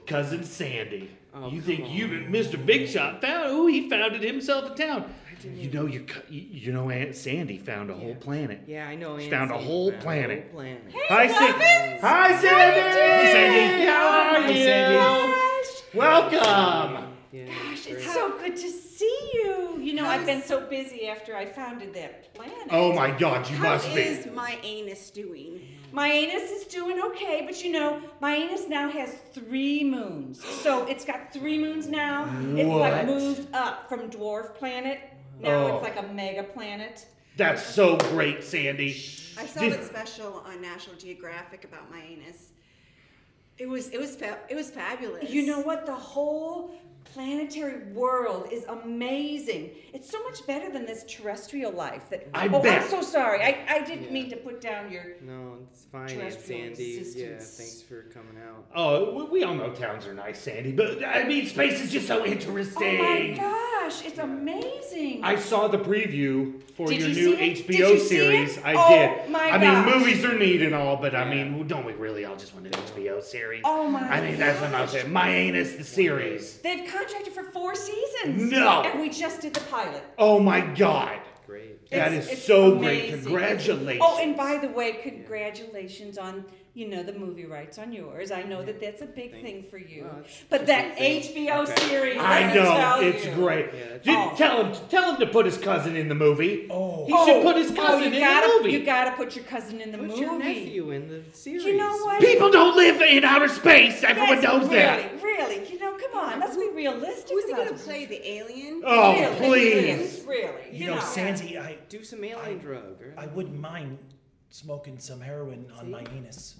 Cousin Sandy.
Oh,
you
come
think you, Mr. Big Shot, found? Oh, he founded himself a town. You know, you, cu- you you know, Aunt Sandy found a whole planet.
Yeah, I know.
She
Ann
found a
Sandy
whole
found
planet.
whole planet.
Hi, Sandy. Hi, Sandy. Hi, Sandy. How are you?
Sandy.
Gosh,
Welcome.
Yeah,
gosh,
great.
it's so good to see you. You know,
How
I've been
is-
so busy after I founded that planet.
Oh my god, you
How
must be.
is my anus doing?
My anus is doing okay, but you know, my anus now has three moons. So it's got three moons now. It's
What?
like moved up from dwarf planet. Now
Oh.
it's like a mega planet.
That's so great, Sandy.
I saw
Did-
that special on National Geographic about my anus. It was it was fa- it was fabulous.
You know what? The whole planetary world is amazing. It's so much better than this terrestrial life that
I
Oh,
bet.
I'm so sorry. I, I didn't
Yeah.
mean to put down your
No, it's fine, Aunt
Terrestrial
Sandy. Yeah,
existence.
thanks for coming out.
Oh, we- we all know towns are nice, Sandy, but I mean, space is just so interesting.
Oh my gosh, it's amazing.
I saw the preview for
Did
your
you
new
see it? Did
HBO
you see
series.
it?
I
Oh
did.
my
I
gosh.
mean, movies are neat and all, but I
Yeah.
mean, don't we really all just want an HBO series?
oh my
I mean, that's what I'm saying. My anus, the series.
They've contracted for four seasons.
No.
And we just did the pilot.
Oh my god.
Great.
That
It's-
is
it's
so great.
amazing.
Congratulations.
Oh, and by the way, congratulations on you know the movie rights on yours. I know that that's a big
Thank-
thing for you,
Well, it's
but that
interesting.
HBO
Okay.
series.
I
let me
know
tell
it's
you.
great.
Yeah, that's-
Did,
Oh.
Tell him, tell him to put his cousin in the movie.
Oh.
he
Oh,
should put his
oh,
cousin
you
in
gotta,
the movie.
You gotta put your cousin in the
Put
movie.
your nephew in the series.
You know what?
People don't live in outer space. Everyone
That's
knows
really,
that.
Really, you know, come on, let's be realistic.
who's he
about
gonna
it.
play the alien?
Oh,
Really,
please.
Really,
You know, Sandy, I
Do some alien drug. Or,
I wouldn't mind smoking some heroin on my anus.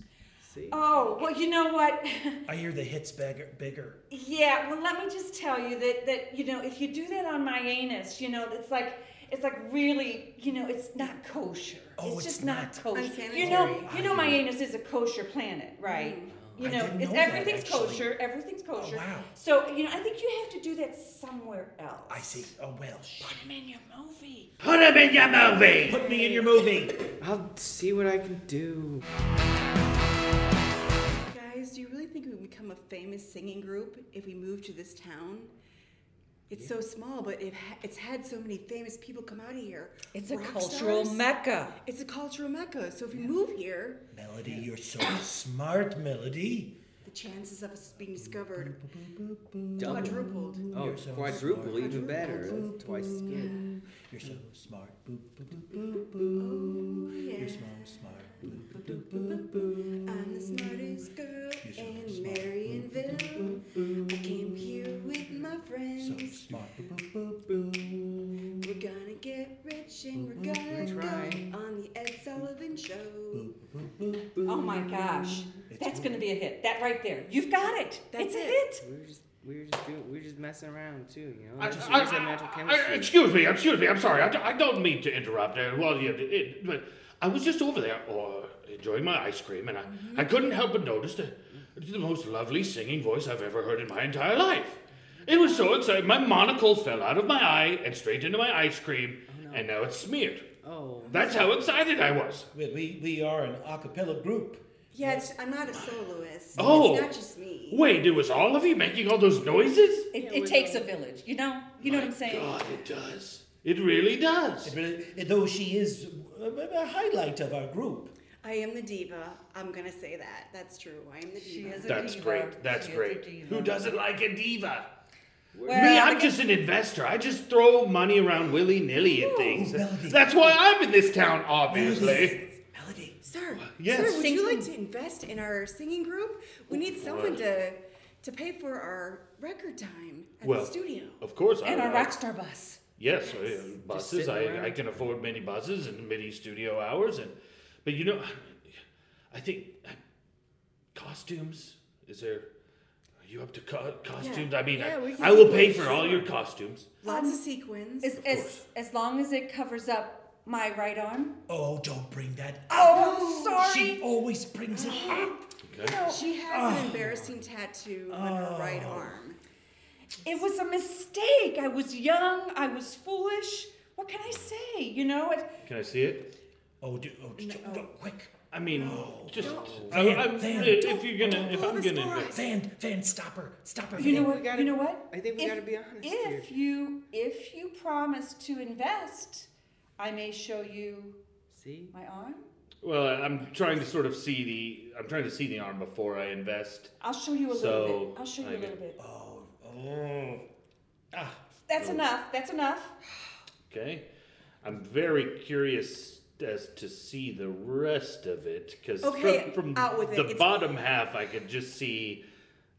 see?
Oh well, you know what?
I hear the hits bigger. bigger.
Yeah, well, let me just tell you that that you know if you do that on my anus, you know it's like it's like really you know it's not kosher.
Oh,
it's,
it's
just not,
not.
kosher.
Unsanitary.
You know, you know my anus is a kosher planet, right? You
I
know,
didn't
it's
know that,
everything's
actually.
kosher. Everything's kosher.
wow.
So you know, I think you have to do that somewhere else.
I see. Oh well.
Put 'em in your movie.
Put him in your movie.
Put me in your movie.
I'll see what I can do.
Guys, do you really think we would become a famous singing group if we moved to this town? It's so small, but it ha- it's had so many famous people come out of here.
It's a
Rock
cultural
stars.
mecca.
It's a cultural mecca. So if we move here,
Melody, you're so smart, Melody.
the chances of us being discovered
Double.
quadrupled.
Oh,
You're so
quadruple,
smart.
even better. That's twice as good.
You're so smart. Boop, boop, boop, boop,
Oh,
boop. You're so smart. Boop, boop, boop, boop, boop.
I'm the smartest girl
You're so
in
smart.
Marionville. I came here with my
So
friends.
smart. Boop, boop, boop, boop.
We're gonna get rich and
Mm-hmm.
we're gonna
That's right.
go on the Ed Sullivan show.
Boop, boop, boop, boop.
Oh my gosh, that's going to be a hit. That right there, you've got it.
That's
it's a
it.
hit.
We were just, we were just doing, we were just messing around too, you know.
I-
Just-
I-
we just had magical
I- I-
chemistry.
excuse me, excuse me. I'm sorry. I, d- I don't mean to interrupt. Uh, well, yeah, it, but I was just over there or enjoying my ice cream, and I,
Mm-hmm.
I couldn't help but notice the, the most lovely singing voice I've ever heard in my entire life. It was so exciting. My monocle fell out of my eye and straight into my ice cream, and now it's smeared.
Oh,
That's how excited I was.
We, we, we are an a cappella group.
Yeah, it's, I'm not a soloist.
Oh.
It's not just me.
Wait, it was all of you making all those noises?
It, it takes a village. You know, you know what I'm saying.
God, it does. It really does.
It really- Though she is a, a highlight of our group.
I am the diva. I'm gonna say that. That's true. I am the
She
diva.
is a
That's
diva.
great. That's
She is a
great.
diva. uh,
Who doesn't like a diva?
Well,
Me,
I
I'm
guess-
just an investor. I just throw money around willy nilly at things.
Melody.
That's why I'm in this town, obviously.
Melody.
Sir,
Yes. Oh,
sir, would
Sing
you like
some-
to invest in our singing group? We need someone to to pay for our record time at
Well, um,
the studio.
Of course, I
And our
would like-
Rockstar bus.
Yes, uh, buses.
sitting
I,
around.
I can afford many buses and many studio hours, and but you know, I think uh, costumes. Is there? Are you up to co- costumes? I mean,
Yeah, we can
I, I will
do
pay
those.
for all your costumes.
Lots of sequins.
As, as,
course.
as long as it covers up my right arm.
Oh, don't bring that up.
Oh, I'm
She
sorry.
always brings it up.
Okay.
She has
Ah.
an embarrassing tattoo on her right arm.
It was a mistake. I was young. I was foolish. What can I say? You know, it,
Can I see it?
Oh, do, oh, do, do, quick.
I mean, just I,
Van,
I'm,
Van,
if you're gonna, if
pull
I'm
this
gonna
for
invest.
us.
Van, Van, stop her. Stop her.
you know
Van.
what?
we gotta-
you know what?
I think we
If-
gotta be honest
If you if you promise to invest, I may show you
see,
my arm.
Well, I'm trying to sort of see the I'm trying to see the arm before I invest.
I'll show you a
So,
little bit. I'll show you
I
Oh,
a little
mean-
bit.
Oh, oh. Ah,
That's enough. That's enough.
Okay. I'm very curious as to see the rest of it because
Okay,
from, from
out with it.
the
It's-
bottom half, I could just see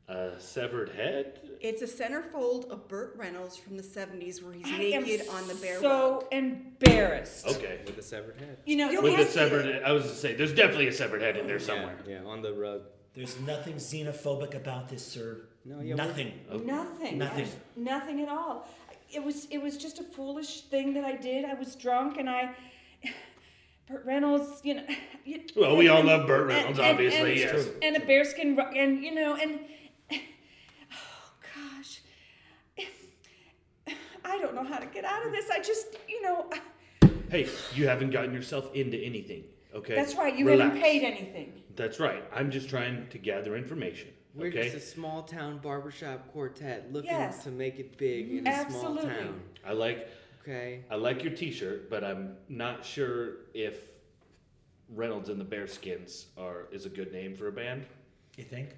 a severed head.
It's a centerfold of Burt Reynolds from the 70s where he's
I am
naked on the bare
so
rock.
embarrassed.
Okay.
with a severed head.
You know,
You
Oh. With
don't
a
have to-
severed, I was gonna say, there's definitely a severed head in there somewhere.
Yeah, on the rug.
There's nothing xenophobic about this, sir.
No, yeah, we're-
nothing.
Nothing.
Nothing.
There's Nothing at all. It was it was just a foolish thing that I did. I was drunk and I Burt Reynolds, you know. you-
Well, we all
and-
love Burt
and-
Reynolds,
and-
obviously,
and-
yes.
And a bearskin ru- and you know and oh gosh. I don't know how to get out of this. I just, you know,
Hey, you haven't gotten yourself into anything. Okay.
that's right. You haven't
Relax.
paid anything.
That's right. I'm just trying to gather information.
We're
Okay.
just a small town barbershop quartet looking
Yes.
to make it big in a
Absolutely.
small town.
I like
Okay.
I like your T-shirt, but I'm not sure if Reynolds and the Bearskins are is a good name for a band.
You think?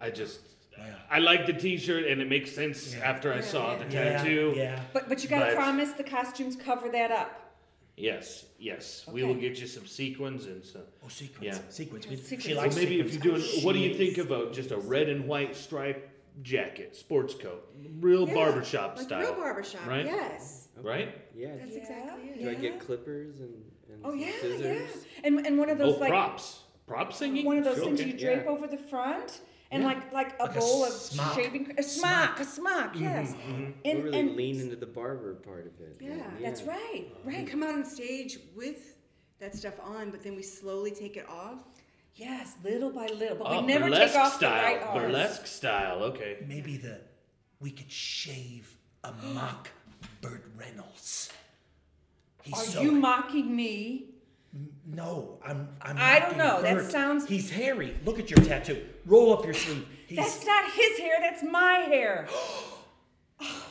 I just
Yeah.
I like the T-shirt, and it makes sense after I saw the
Yeah,
tattoo.
Yeah.
But but you got to
But-
promise the costumes cover that up.
Yes, yes. We will
Okay.
get you some sequins and some.
Oh, sequence.
Yeah.
Sequence. We- She
Sequence.
Well,
likes
maybe if you
sequins. Oh,
do an,
She
what do you
is.
think of a just a red and white striped jacket, sports coat, real
Yeah,
barbershop
like
style,
real barbershop,
right?
yes.
right?
Yeah.
That's
Do
Yeah,
exactly it.
I get clippers and, and
Oh
some
yeah,
scissors?
yeah. And and one of those
oh,
like
props, prop singing.
one of those
Sure,
things
okay.
you drape
yeah.
over the front and
Yeah.
like like a
Like a
bowl of
smock.
shaving cr- a smock, a smock, yes.
we
And,
really
and
lean into the barber part of it.
Yeah,
that's right,
We
right.
come out on stage with that stuff on, but then we slowly take it off.
Yes, little by little, but
Ah,
we never
burlesque
take off
style.
the right arm.
burlesque style. Okay.
Maybe the we could shave a mock Burt Reynolds. He's
Are
so
you mocking me?
no. I'm I'm.
I don't
mocking
know, that
Burt.
sounds-
He's hairy. Look at your tattoo. Roll up your sleeve. He's
That's not his hair. That's my hair.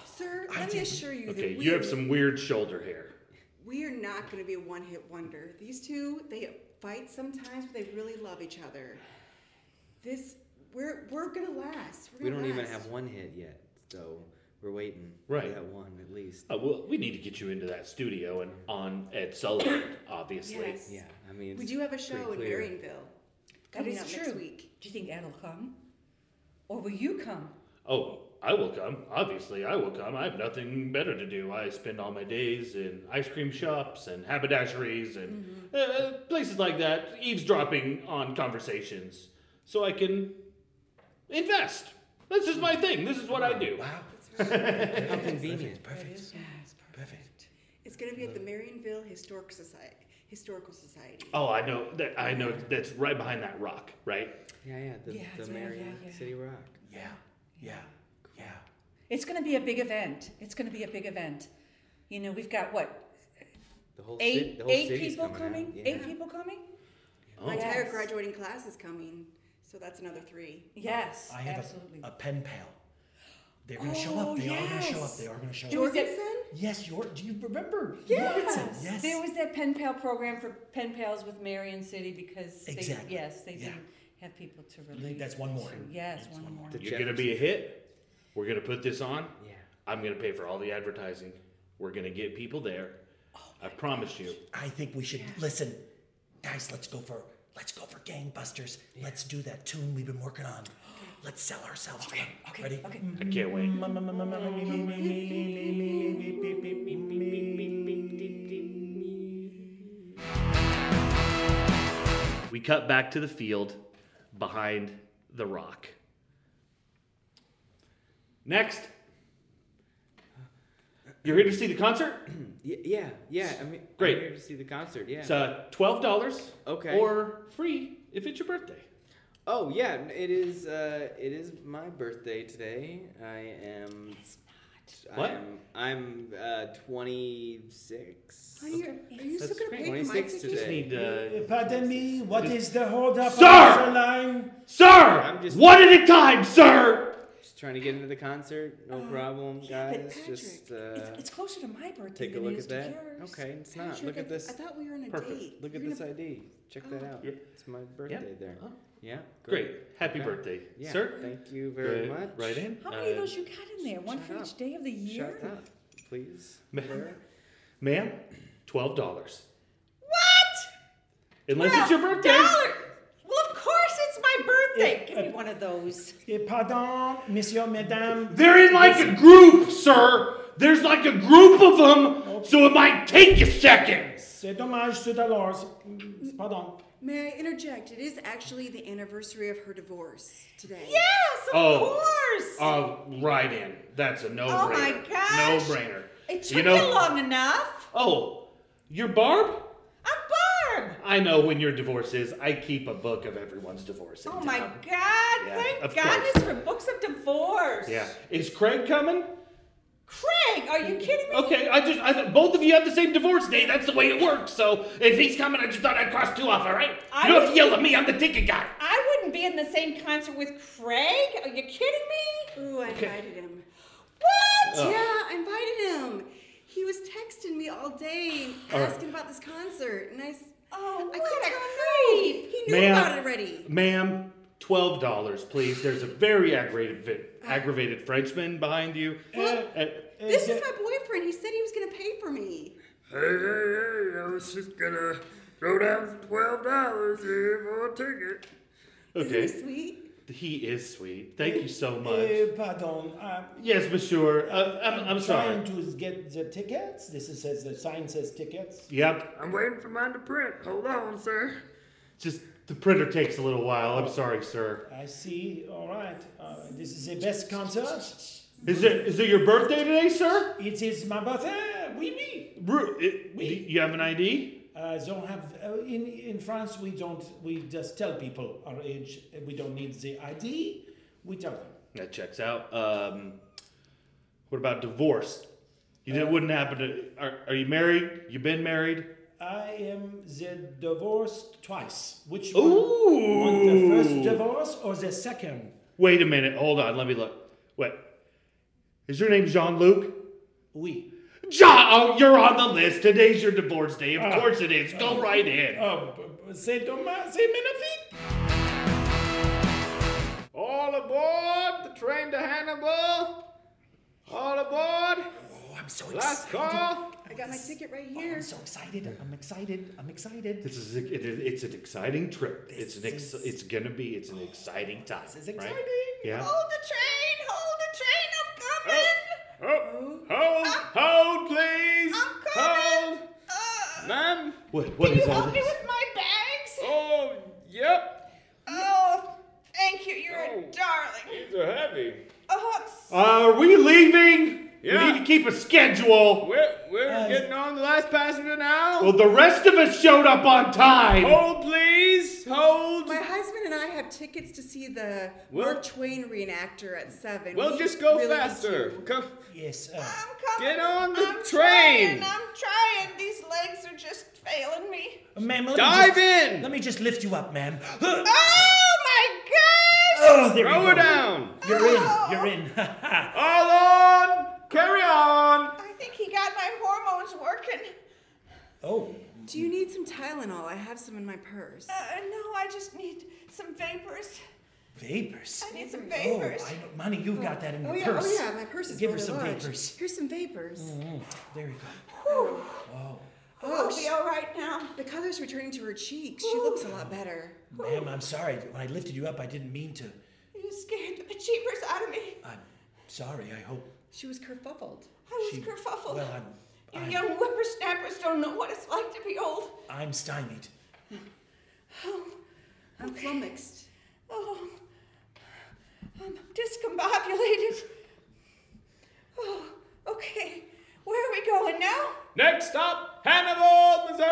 Sir,
I
let me
didn't-
assure you
Okay,
that we,
you have some weird shoulder hair.
we are not going to be a one hit wonder. These two, they fight sometimes, but they really love each other. This, we're, we're going to last. We're
We
gonna
don't even
last.
have one hit yet, so we're waiting
Right.
for that one at least.
Uh, well, we need to get you into that studio and on Ed Sullivan, obviously.
Yes.
Yeah, I mean,
We
it's
do have a
pretty
show in
clear.
Marionville.
That
coming
is
up
true.
Next week.
Do you think Ed'll come, or will you come?
Oh, I will come. Obviously, I will come. I have nothing better to do. I spend all my days in ice cream shops and haberdasheries and
Mm-hmm.
uh, places like that, eavesdropping on conversations so I can invest. This is my thing. This is what I do.
wow.
How convenient.
Perfect. Perfect.
It's going to be at the
Mm-hmm.
Marionville Historic Society. Historical Society.
Oh, I know that. I know that's right behind that rock, right?
Yeah, yeah, the,
Yeah,
the
it's right,
Marion
yeah, yeah.
City Rock.
Yeah. Yeah. Yeah.
It's going to be a big event. It's going to be a big event. You know, we've got what
The whole, city,
eight
the whole
eight
city's
people
out,
coming.
yeah.
Eight people coming.
Oh.
My entire
Yes.
graduating class is coming, so that's another three.
Yes,
I have
absolutely.
a, a pen pal. They're gonna show
Oh,
up. They are gonna show up.
yes.
They are gonna show
There
up.
was that-
Jorgensen?
Yes, your. Do you remember?
Yes.
Jorgensen, Yes.
There was that pen pal program for pen pals with Marion City because they,
Exactly.
yes, they
Yeah.
didn't have people to
I think
relate.
That's one more.
Yes,
That's
one, more.
The
You're gonna be a hit. We're gonna put this on.
Yeah.
I'm gonna pay for all the advertising. We're gonna get people there.
Oh
I promise you.
I think we should listen, guys. Let's go for let's go for gangbusters. Let's do that tune we've been working on. Let's sell ourselves. Okay. Okay. Ready? Mm-hmm. Okay.
I can't wait.
Mm.
Mm-hmm.
We cut back to the field behind the rock. Next. You're here to see the concert?
Yeah, yeah, yeah. I mean,
Great.
I'm here to see the concert. Yeah.
It's uh, $12
Okay.
or free if it's your birthday.
oh yeah, n- it is. Uh, it is my birthday today. I am.
What?
I'm, I'm uh, 26.
Are you, are you still
That's
going to
great.
pay for my ticket?
26 today.
Just need uh,
Pardon me. What is the holdup
Sir!
on the line?
Sir!
I'm just-
One at a time, sir!
Just trying to get into the concert.
Oh,
No problem,
yeah, but
guys.
Patrick,
Just uh,
It's, it's closer to my birthday
take a
than
look
it is
at that.
to yours.
Okay, it's not.
Patrick,
Ah, look
I-
at this.
I thought we were on a
Perfect.
date.
Look at
You're
this
gonna- Oh.
ID. Check that out.
Yeah.
It's my birthday there.
Oh.
Yeah.
Great. Happy
Okay.
birthday,
Yeah,
sir.
Thank you very
Go
much.
Right in.
How many of
Uh,
those you got in there? One
shut
for
up.
each day of the year.
Shut up, please.
Ma-
Laura.
Ma'am, twelve dollars.
What?
Unless it's your birthday.
Dollar. Well, of course it's my birthday.
Yeah,
Give me one of those.
Eh, pardon, monsieur, madame.
They're in like a group, sir. There's like a group of them, so it might take you seconds.
C'est dommage, c'est alors. Mm, Pardon.
May I interject? It is actually the anniversary of her divorce today.
Yes, of
Oh.
course.
Uh, right in. That's a no-brainer.
oh my gosh.
No-brainer.
It took
you know.
long enough.
Oh, you're Barb.
I'm Barb.
I know when your divorce is. I keep a book of everyone's Uh, divorce. in
Oh my
town.
God!
Yeah, of
Thank goodness
course.
for books of divorce.
Yeah. Is Craig coming?
Craig, are you kidding me?
Okay. I just. I th- both of you have the same divorce day. That's the way it works. So if he's coming, I just thought I'd cross two off. All right.
I-
you don't have to yell at me. I'm the ticket guy.
I wouldn't be in the same concert with Craig. Are you kidding me?
Ooh, I invited him.
What?
Oh.
Yeah, I invited him. He was texting me all day asking about this concert, and I, s-
Oh,
I
what
couldn't
a
tell him.
creep.
He knew
Ma'am.
about it already.
Ma'am, twelve dollars, please. There's a very aggravated vi- aggravated Frenchman behind you. Uh,
This is my boyfriend. He said he was gonna pay for me.
Hey, hey, hey, I was just gonna throw down twelve dollars here for a ticket.
okay.
Isn't he sweet?
He is sweet. Thank you so
Eh,
much.
pardon. I'm
Yes, monsieur. Uh, I'm, I'm sorry.
trying to get the tickets. This is, says the sign says tickets.
Yep.
I'm waiting for mine to print. Hold on, sir.
Just the printer takes a little while. I'm sorry, sir.
I see. All right. Uh, this is the best concert.
Is it is it your birthday today, sir?
It is my birthday. Oui, oui.
Ru- it- y- You have an ID?
Uh, don't have uh, in in France we don't we just tell people our age uh, we don't need the ID we tell them
That checks out. Um, what about divorce? You did, wouldn't happen to. Are, are you married? You been married?
I am the divorced twice which one?
Ooh.
Want the first divorce or the second
Wait a minute. Hold on. Let me look. Wait. Is your name Jean Luc?
oui
John, oh, you're on the list. Today's your divorce day. Of course it is. Go right in.
oh c'est dommage c'est magnifique
All aboard the train to Hannibal. All aboard.
oh I'm so
Last
excited
call.
I got my ticket right
I'm
here.
so excited I'm excited I'm excited
This is a, it, it's an exciting trip. It's an ex,
This is-
it's gonna be it's an exciting time.
this is
right?
exciting Oh,
Yeah.
Hold the train! Hold the train! I'm coming!
Oh, oh, hold, hold, please.
I'm
Hold.
coming! Uh,
Ma'am.
What what
can
is
you
all
help me
this?
with my bags?
Oh, yep.
Oh, thank you. You're
Oh.
a darling.
These are heavy.
Oh, I'm so
Are we leaving?
Yeah.
We need to keep a schedule.
We're we're
Uh,
getting on the last passenger now.
Well, the rest of us showed up on time.
Hold, please. Hold.
My husband and I have tickets to see the
Well-
Mark Twain reenactor at seven.
Well,
We
just go
really need
faster.
to-
Come.
yes uh,
I'm coming.
Get on the
I'm
train.
Trying, I'm trying. These legs are just failing me.
ma'am let me
Dive
just,
in.
let me just lift you up ma'am
Oh my gosh!
oh there
Throw
we go
her down.
you're in you're in
All on. Carry on.
I think he got my hormones working.
oh
Do you need some Tylenol? I have some in my purse.
Uh, no, I just need some vapors.
vapors
I need some
oh
vapors.
I know Money you've got that in your
Oh yeah,
purse
oh yeah, my purse is
Give her
really
some
large.
vapors.
Here's some vapors.
there you go
Mm. Oh, I'll be all right now.
The color's returning to her cheeks. She looks a lot better.
Ma'am, I'm sorry. When I lifted you up, I didn't mean to.
You scared the cheapers out of me.
I'm sorry. I hope
She was kerfuffled.
I was
she.
kerfuffled.
Well, I'm.
you
I'm,
young whippersnappers don't know what it's like to be old.
I'm stymied.
I'm flummoxed.
Oh, I'm discombobulated. Oh, okay. Where are we going now?
Next stop, Hannibal, Missouri.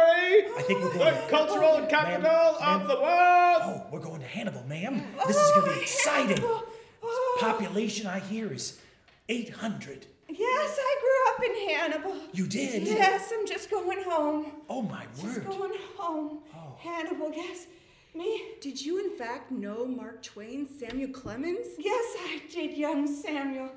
I think we're
The
going.
cultural
Ma'am,
capital
ma'am.
of the world.
Oh, we're going to Hannibal, ma'am. This is going to be
Oh,
exciting.
Hannibal. Oh,
Population I hear is 800.
Yes, I grew up in Hannibal.
You did?
Yes, I'm just going home.
Oh my
Just
word.
going home. Hannibal, yes. Me?
Did you in fact know Mark Twain, Samuel Clemens?
Yes, I did, young Samuel.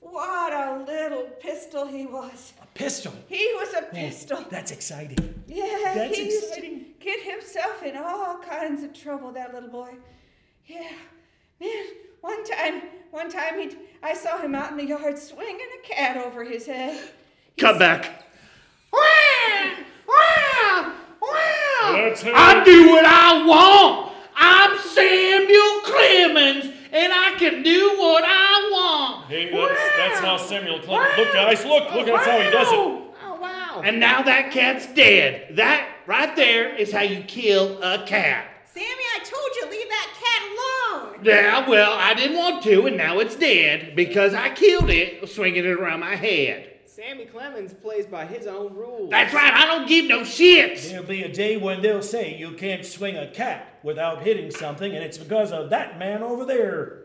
What a little pistol he was.
A pistol.
He was a pistol.
That's exciting.
yeah,
that's
he used to
exciting.
get himself in all kinds of trouble, that little boy. Yeah, man. One time, one time, he I saw him out in the yard swinging a cat over his head.
Come back. That's who-
I do what I want. I'm Samuel Clemens, and I can do what I want.
Hey, that's, that's how Samuel Clemens. Look, guys, look, look, that's how he does it.
Oh wow! And now that cat's dead. That right there is how you kill a cat.
Sammy, I told you, leave that cat alone.
Yeah, well, I didn't want to, and now it's dead because I killed it swinging it around my head.
Sammy Clemens plays by his own rules.
That's right. I don't give no shits.
There'll be a day when they'll say you can't swing a cat without hitting something, and it's because of that man over there.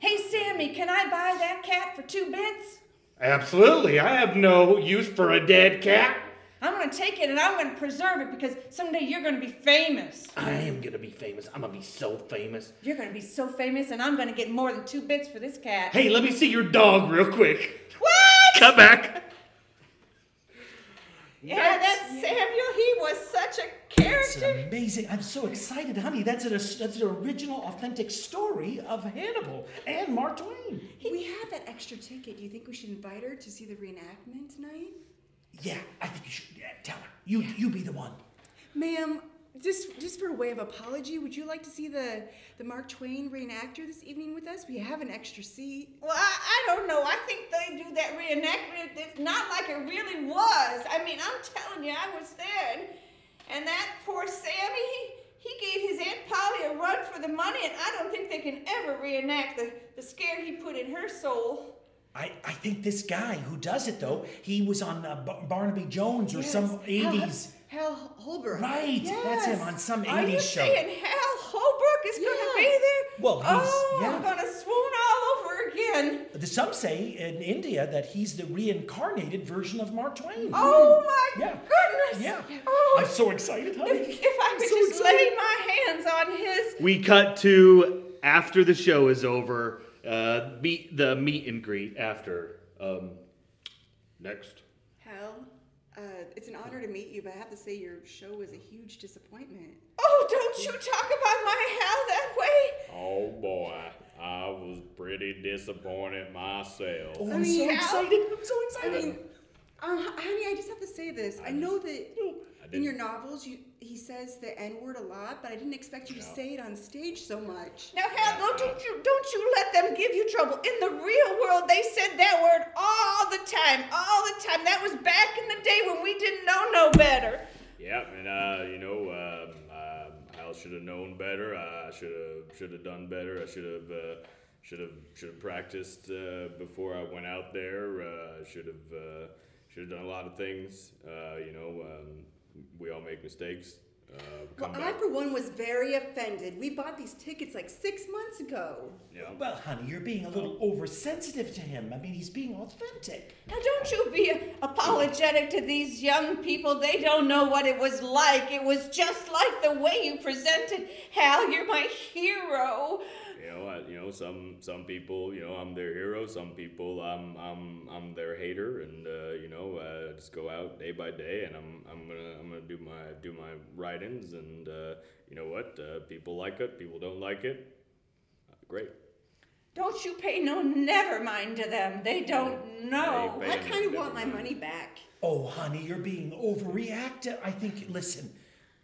Hey, Sammy, can I buy that cat for two bits?
Absolutely, I have no use for a dead cat.
I'm gonna take it and I'm gonna preserve it because someday you're gonna be famous.
I am gonna be famous. I'm gonna be so famous.
You're gonna be so famous and I'm gonna get more than two bits for this cat.
Hey, let me see your dog real quick.
What?
Come back.
Yeah, that's Samuel. He was such a
It's
character.
an amazing. I'm so excited, honey. That's an, that's an original, authentic story of Hannibal and Mark Twain.
We have that extra ticket. Do you think we should invite her to see the reenactment tonight?
Yeah, I think you should yeah, tell her. You, you be the one.
Ma'am, just just for a way of apology, would you like to see the the Mark Twain reenactor this evening with us? We have an extra seat.
Well, I, I don't know. I think they do that reenactment. It's not like it really was. I mean, I'm telling you, I was there. And, and that poor Sammy, he, he gave his Aunt Polly a run for the money, and I don't think they can ever reenact the, the scare he put in her soul.
I, I think this guy who does it though, he was on uh, Bar- Barnaby Jones or some
Yes, Hal-
'80s.
Hal Holbrook.
Right, that's him on some
Are you
80s show.
saying Hal Holbrook is going to be
Yes.
there?
Well, he's-
oh, I'm
yeah. Mm.
going to swoon all over again.
The- Some say in India that he's the reincarnated version of Mark Twain.
Oh my
Yeah.
goodness!
Yeah.
Oh,
I'm so excited,
if,
honey.
if I could
so uh,
just lay
excited.
my hands on his
We cut to after the show is over. Uh, meet the meet and greet after. Um,
Next.
Hal, uh, it's an honor to meet you, but I have to say your show was a huge disappointment.
Oh, don't you talk about my Hal that way.
Oh boy, I was pretty disappointed myself.
Oh,
I
I'm
mean,
so
how-
excited. I'm so
I
excited.
mean, um, honey, I just have to say this. I, know that in
didn't-
your novels, you he says the N word a lot, but I didn't expect you to say it on stage so much.
Now, Hal, don't you- you don't you let them give you trouble. In the real world, they said that word all the time, all the time. That was back in the day when we didn't know no better.
Yeah, and uh, you know, um, um, I should have known better. I should have should have done better. I should have uh, should have should have practiced uh, before I went out there. Uh, should have uh, should have done a lot of things. Uh, you know, um, we all make mistakes. Uh,
Well,
come
I,
back.
for one, was very offended. We bought these tickets like six months ago.
Yeah.
well, honey, you're being a little oversensitive to him. I mean, he's being authentic.
Now, don't you be apologetic to these young people. They don't know what it was like. It was just like the way you presented Hal. You're my hero.
You know, I, you know, some some people, you know, I'm their hero. Some people, I'm I'm I'm their hater, and uh, you know, uh, just go out day by day, and I'm I'm gonna I'm gonna do my do my write-ins, and uh, you know what, uh, people like it, people don't like it, great.
Don't you pay no never mind to them. They don't know.
They-
I
Yeah,
kind of want my
definitely.
money back.
Oh, honey, you're being overreactive. I think. Listen,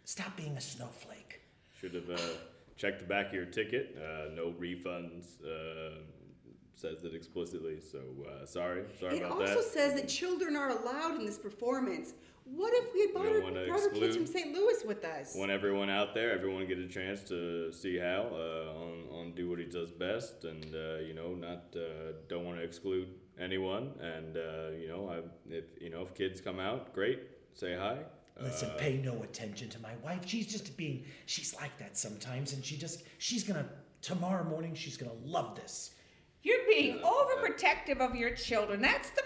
stop being a snowflake.
Should have uh, checked the back of your ticket. Uh, no refunds. Uh, says it explicitly. So uh, sorry, sorry
it
about
also
that.
says that children are allowed in this performance. What if we had bought
don't
our,
wanna
brought our kids from
exclude-
St. Louis with us?
want everyone out there, everyone get a chance to see Hal uh, on, on do what he does best, and uh, you know, not uh, don't want to exclude anyone, and uh, you know, I, if you know if kids come out, great, say hi.
Listen, pay no attention to my wife. She's just being. She's like that sometimes, and she just. She's gonna. Tomorrow morning, she's gonna love this.
You're being overprotective of your children. That's the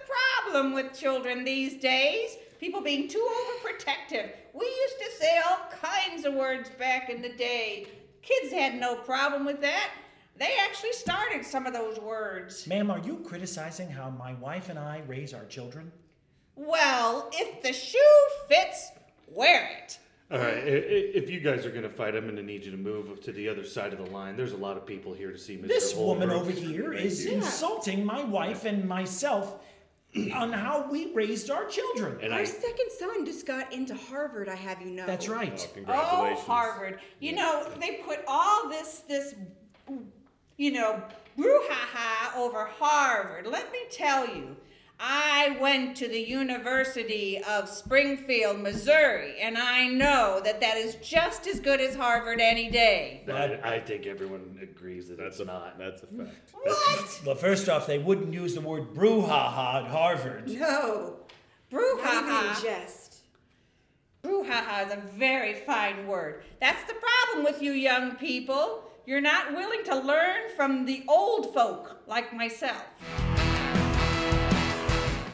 problem with children these days. People being too overprotective. We used to say all kinds of words back in the day. Kids had no problem with that. They actually started some of those words.
Ma'am, are you criticizing how my wife and I raise our children?
Well, if the shoe fits, wear it.
all right, i- i- if you guys are gonna fight, I'm gonna need you to move to the other side of the line. There's a lot of people here to see Mr.
This woman
Holbrook.
over here is insulting my wife and myself on how we raised our children.
And
Our
I,
second son just got into Harvard, I have you know.
That's right.
Oh,
Congratulations.
Harvard. You know, they put all this, this, you know, brouhaha over Harvard. Let me tell you, I went to the University of Springfield, Missouri, and I know that that is just as good as Harvard any day.
I, I think everyone agrees that
That's
it's
a
not.
That's a fact.
What?
Well, first off, they wouldn't use the word brouhaha at Harvard.
No.
Not even in
Brouhaha.
jest.
Brouhaha is a very fine word. That's the problem with you young people. You're not willing to learn from the old folk like myself.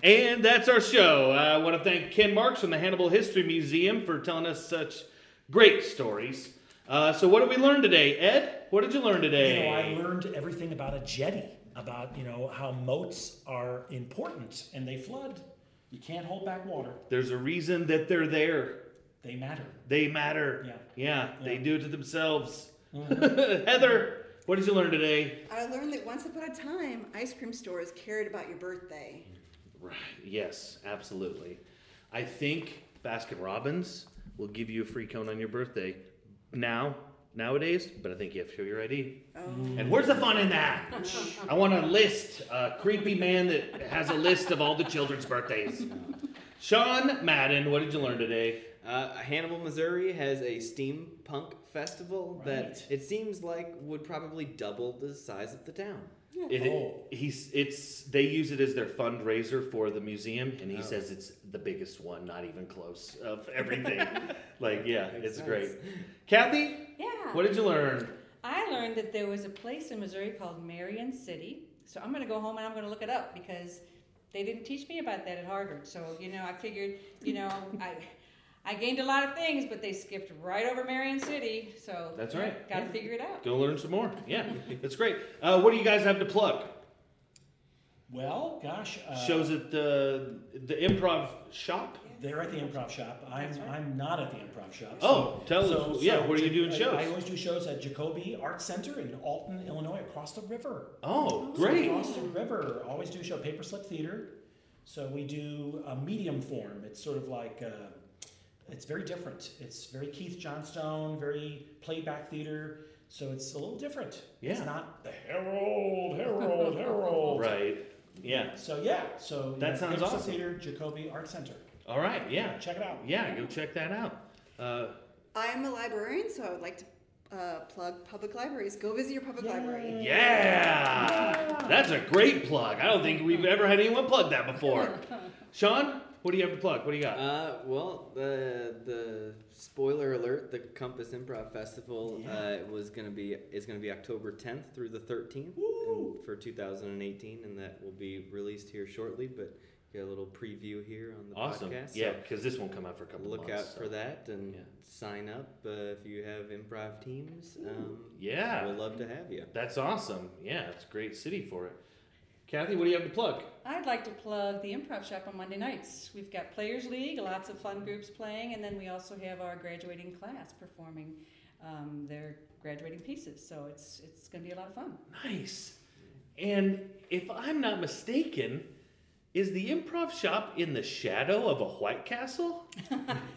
And that's our show.
Uh,
I want to thank Ken Marks from the Hannibal History Museum for telling us such great stories. Uh, so, what did we learn today, Ed? What did you learn
You know,
today?
I learned everything about a jetty, about you know how moats are important and they flood. You can't hold back water;
There's a reason that they're there.
they matter.
They matter.
Yeah.
they
Yeah. Mm-hmm.
do it to themselves. Heather, what did you learn today?
I learned that once upon a time, ice cream stores cared about your birthday.
Right. Yes, absolutely. I think Baskin Robbins will give you a free cone on your birthday now, nowadays, but I think you have to show your ID.
And where's the fun in that? I want a list, a creepy man that has a list of all the children's birthdays. Sean Madden, what did you learn today?
Uh, Hannibal, Missouri has a steampunk festival that
Right.
it seems like would probably double the size of the town.
It,
Oh.
he's it's they use it as their fundraiser for the museum, and he
Oh.
says it's the biggest one, not even close of everything. like yeah, it's great.
Kathy,
Yeah.
what did you learn?
I learned that there was a place in Missouri called Marion City. So I'm going to go home and I'm going to look it up because they didn't teach me about that at Harvard. So, you know, I figured, you know, I I gained a lot of things, but they skipped right over Marion City. So
That's right.
Got to figure it out.
Go learn some more. Yeah, that's great. Uh, what do you guys have to plug?
Well, gosh, uh,
Shows at the the Improv Shop.
They're at the improv shop. I'm I'm not at the improv shop.
Oh, tell us- yeah, what are you doing
I-
shows?
I always do shows at Jacoby Art Center in Alton, Illinois, across the river.
Oh,
So
great.
Across the river, always do a show, Paper Slip Theater. So we do a medium form. It's sort of like, uh, it's very different. It's very Keith Johnstone, very playback theater. So it's a little different.
Yeah.
It's not the Herald, Herald, Herald.
Right. Yeah.
So yeah, so
That
yeah,
sounds
Paper Slip
awesome.
Theater, Jacoby Art Center.
All right. Yeah.
Check it out.
Yeah. Go check that out. Uh,
I'm a librarian, so I would like to uh, plug public libraries. Go visit your public library.
yeah. That's a great plug. I don't think we've ever had anyone plug that before. Sean, what do you have to plug? What do you got?
Uh, well, the the spoiler alert: the Compass Improv Festival uh, was gonna be is gonna be October 10th through the 13th
Woo!
and- for 2018, and that will be released here shortly. But get a little preview here on the
Awesome.
podcast. so
yeah, because this won't come out for a couple.
Look
months,
out for
so.
that and
yeah.
sign up uh, if you have improv teams. Um,
Yeah.
we'll love to have you.
That's awesome. Yeah, it's a great city for it. Kathy, what do you have to plug?
I'd like to plug the improv shop on Monday nights. We've got Players League, lots of fun groups playing, and then we also have our graduating class performing um, their graduating pieces. So it's it's going to be a lot of fun.
Nice. And if I'm not mistaken, is the improv shop in the shadow of a White Castle?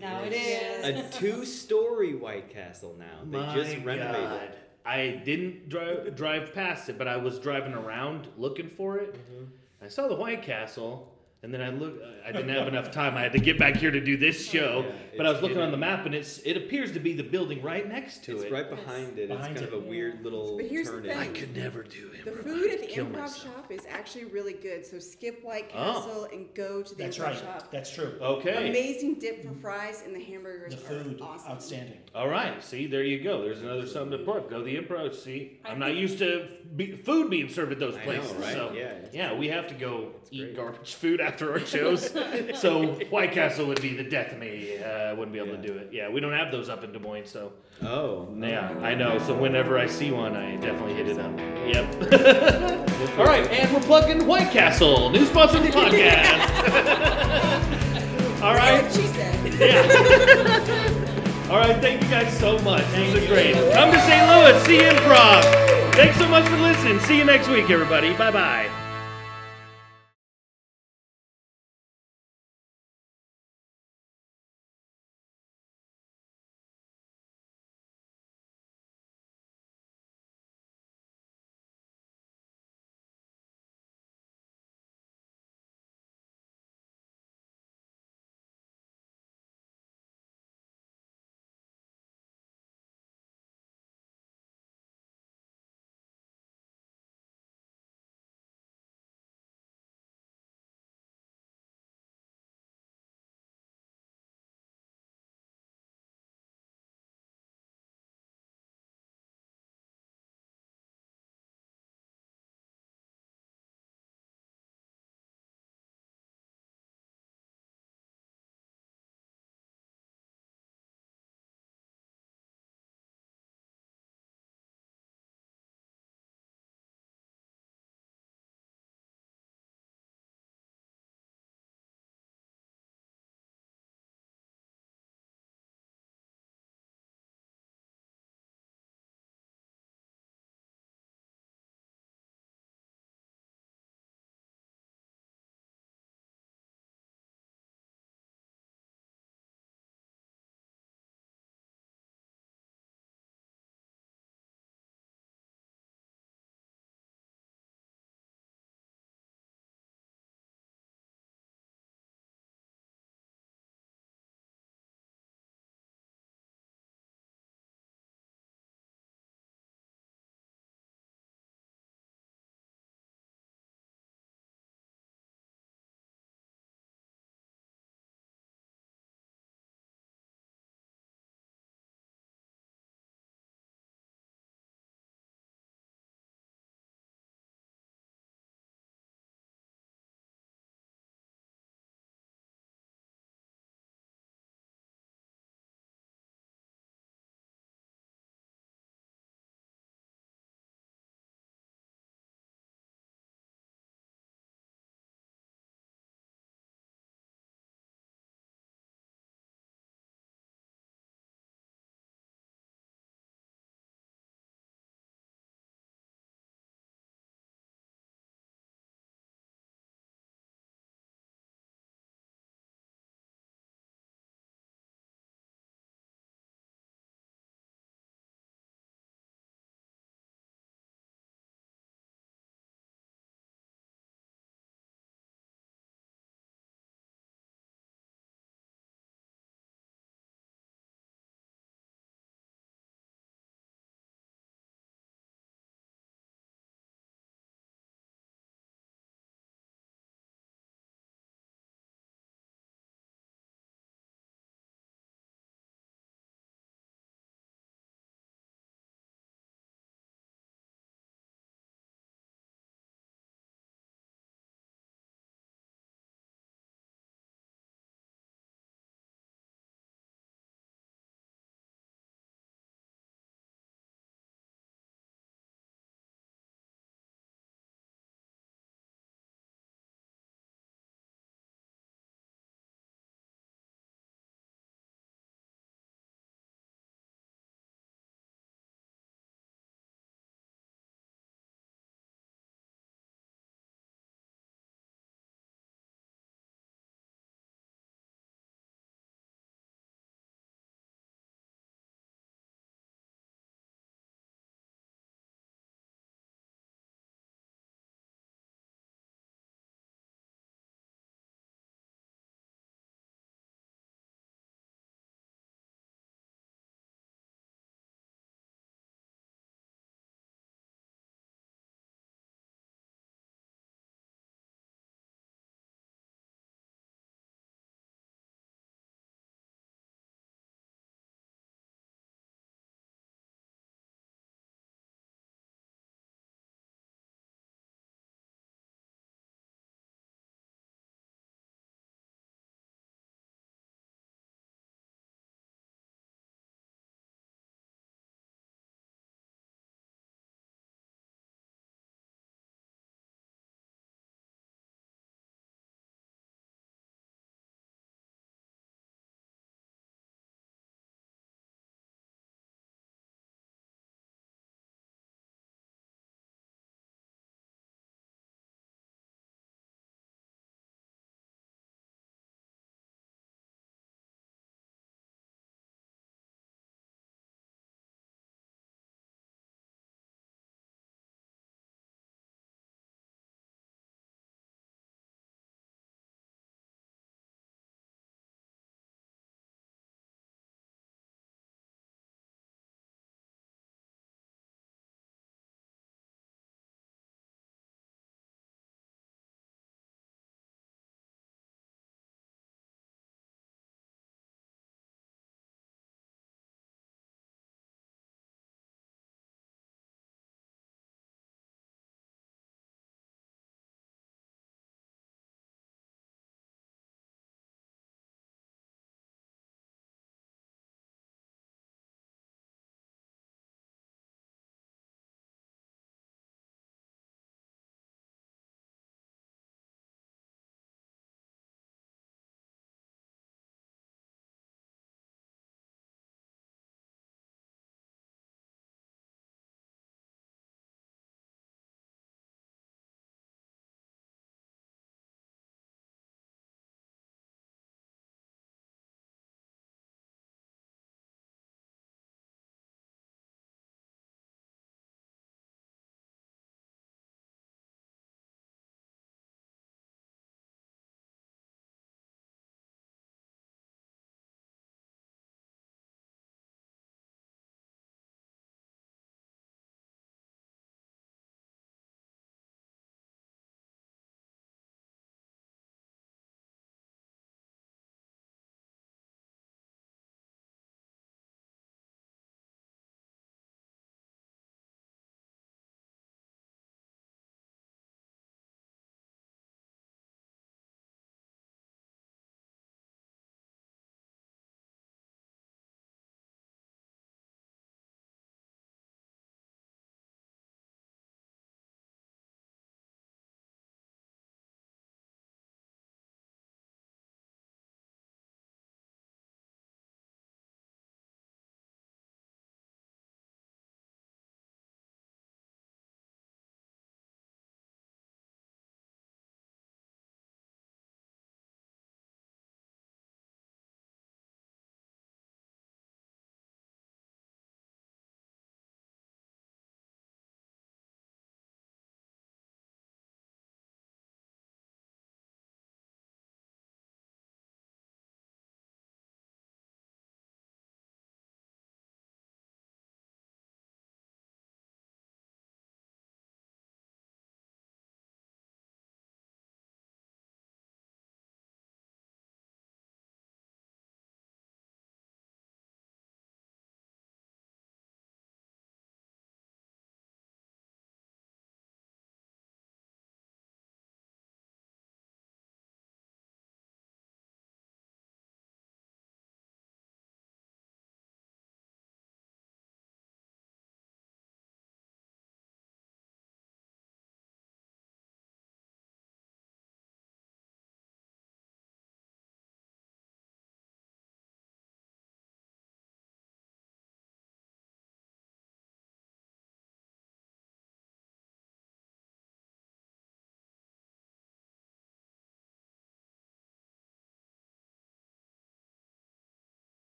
Now it is.
A two-story White Castle now. They just
My
renovated.
God. I didn't drive drive past it, but I was driving around looking for it.
Mm-hmm.
I saw the White Castle, and then I look. I didn't have enough time. I had to get back here to do this show.
Yeah,
but I
it's
was looking on
hidden.
the map, and it's it appears to be the building right next to
It's
it.
right behind it. It's
Behind
kind
it.
of a weird little
But here's the
turn.
I
thing.
could never do it.
The food at the improv shop is actually really good, so skip White
Oh.
Castle and go to the
That's
improv
right.
shop.
That's true.
Okay.
Amazing dip for fries and the hamburgers
the
are
food,
awesome.
outstanding.
All right, see, there you go. There's another something to plug. Go to the improv. See,
I
I'm not
think-
used to be, food being served at those
I know,
places.
right?
So
Yeah, it's
yeah, we have to go eat
great.
garbage food after our shows. so White Castle would be the death of me. Uh, I wouldn't be able to
Yeah.
do it. Yeah, we don't have those up in Des Moines. So
Oh,
yeah, I know. So whenever I see one, I definitely hit it up. Yep. All right, and we're plugging White Castle, new sponsor of the podcast. All right.
She said.
All right, thank you guys so much. this was great. Come to St. Louis, see improv. Thanks so much for listening. See you next week, everybody. Bye bye.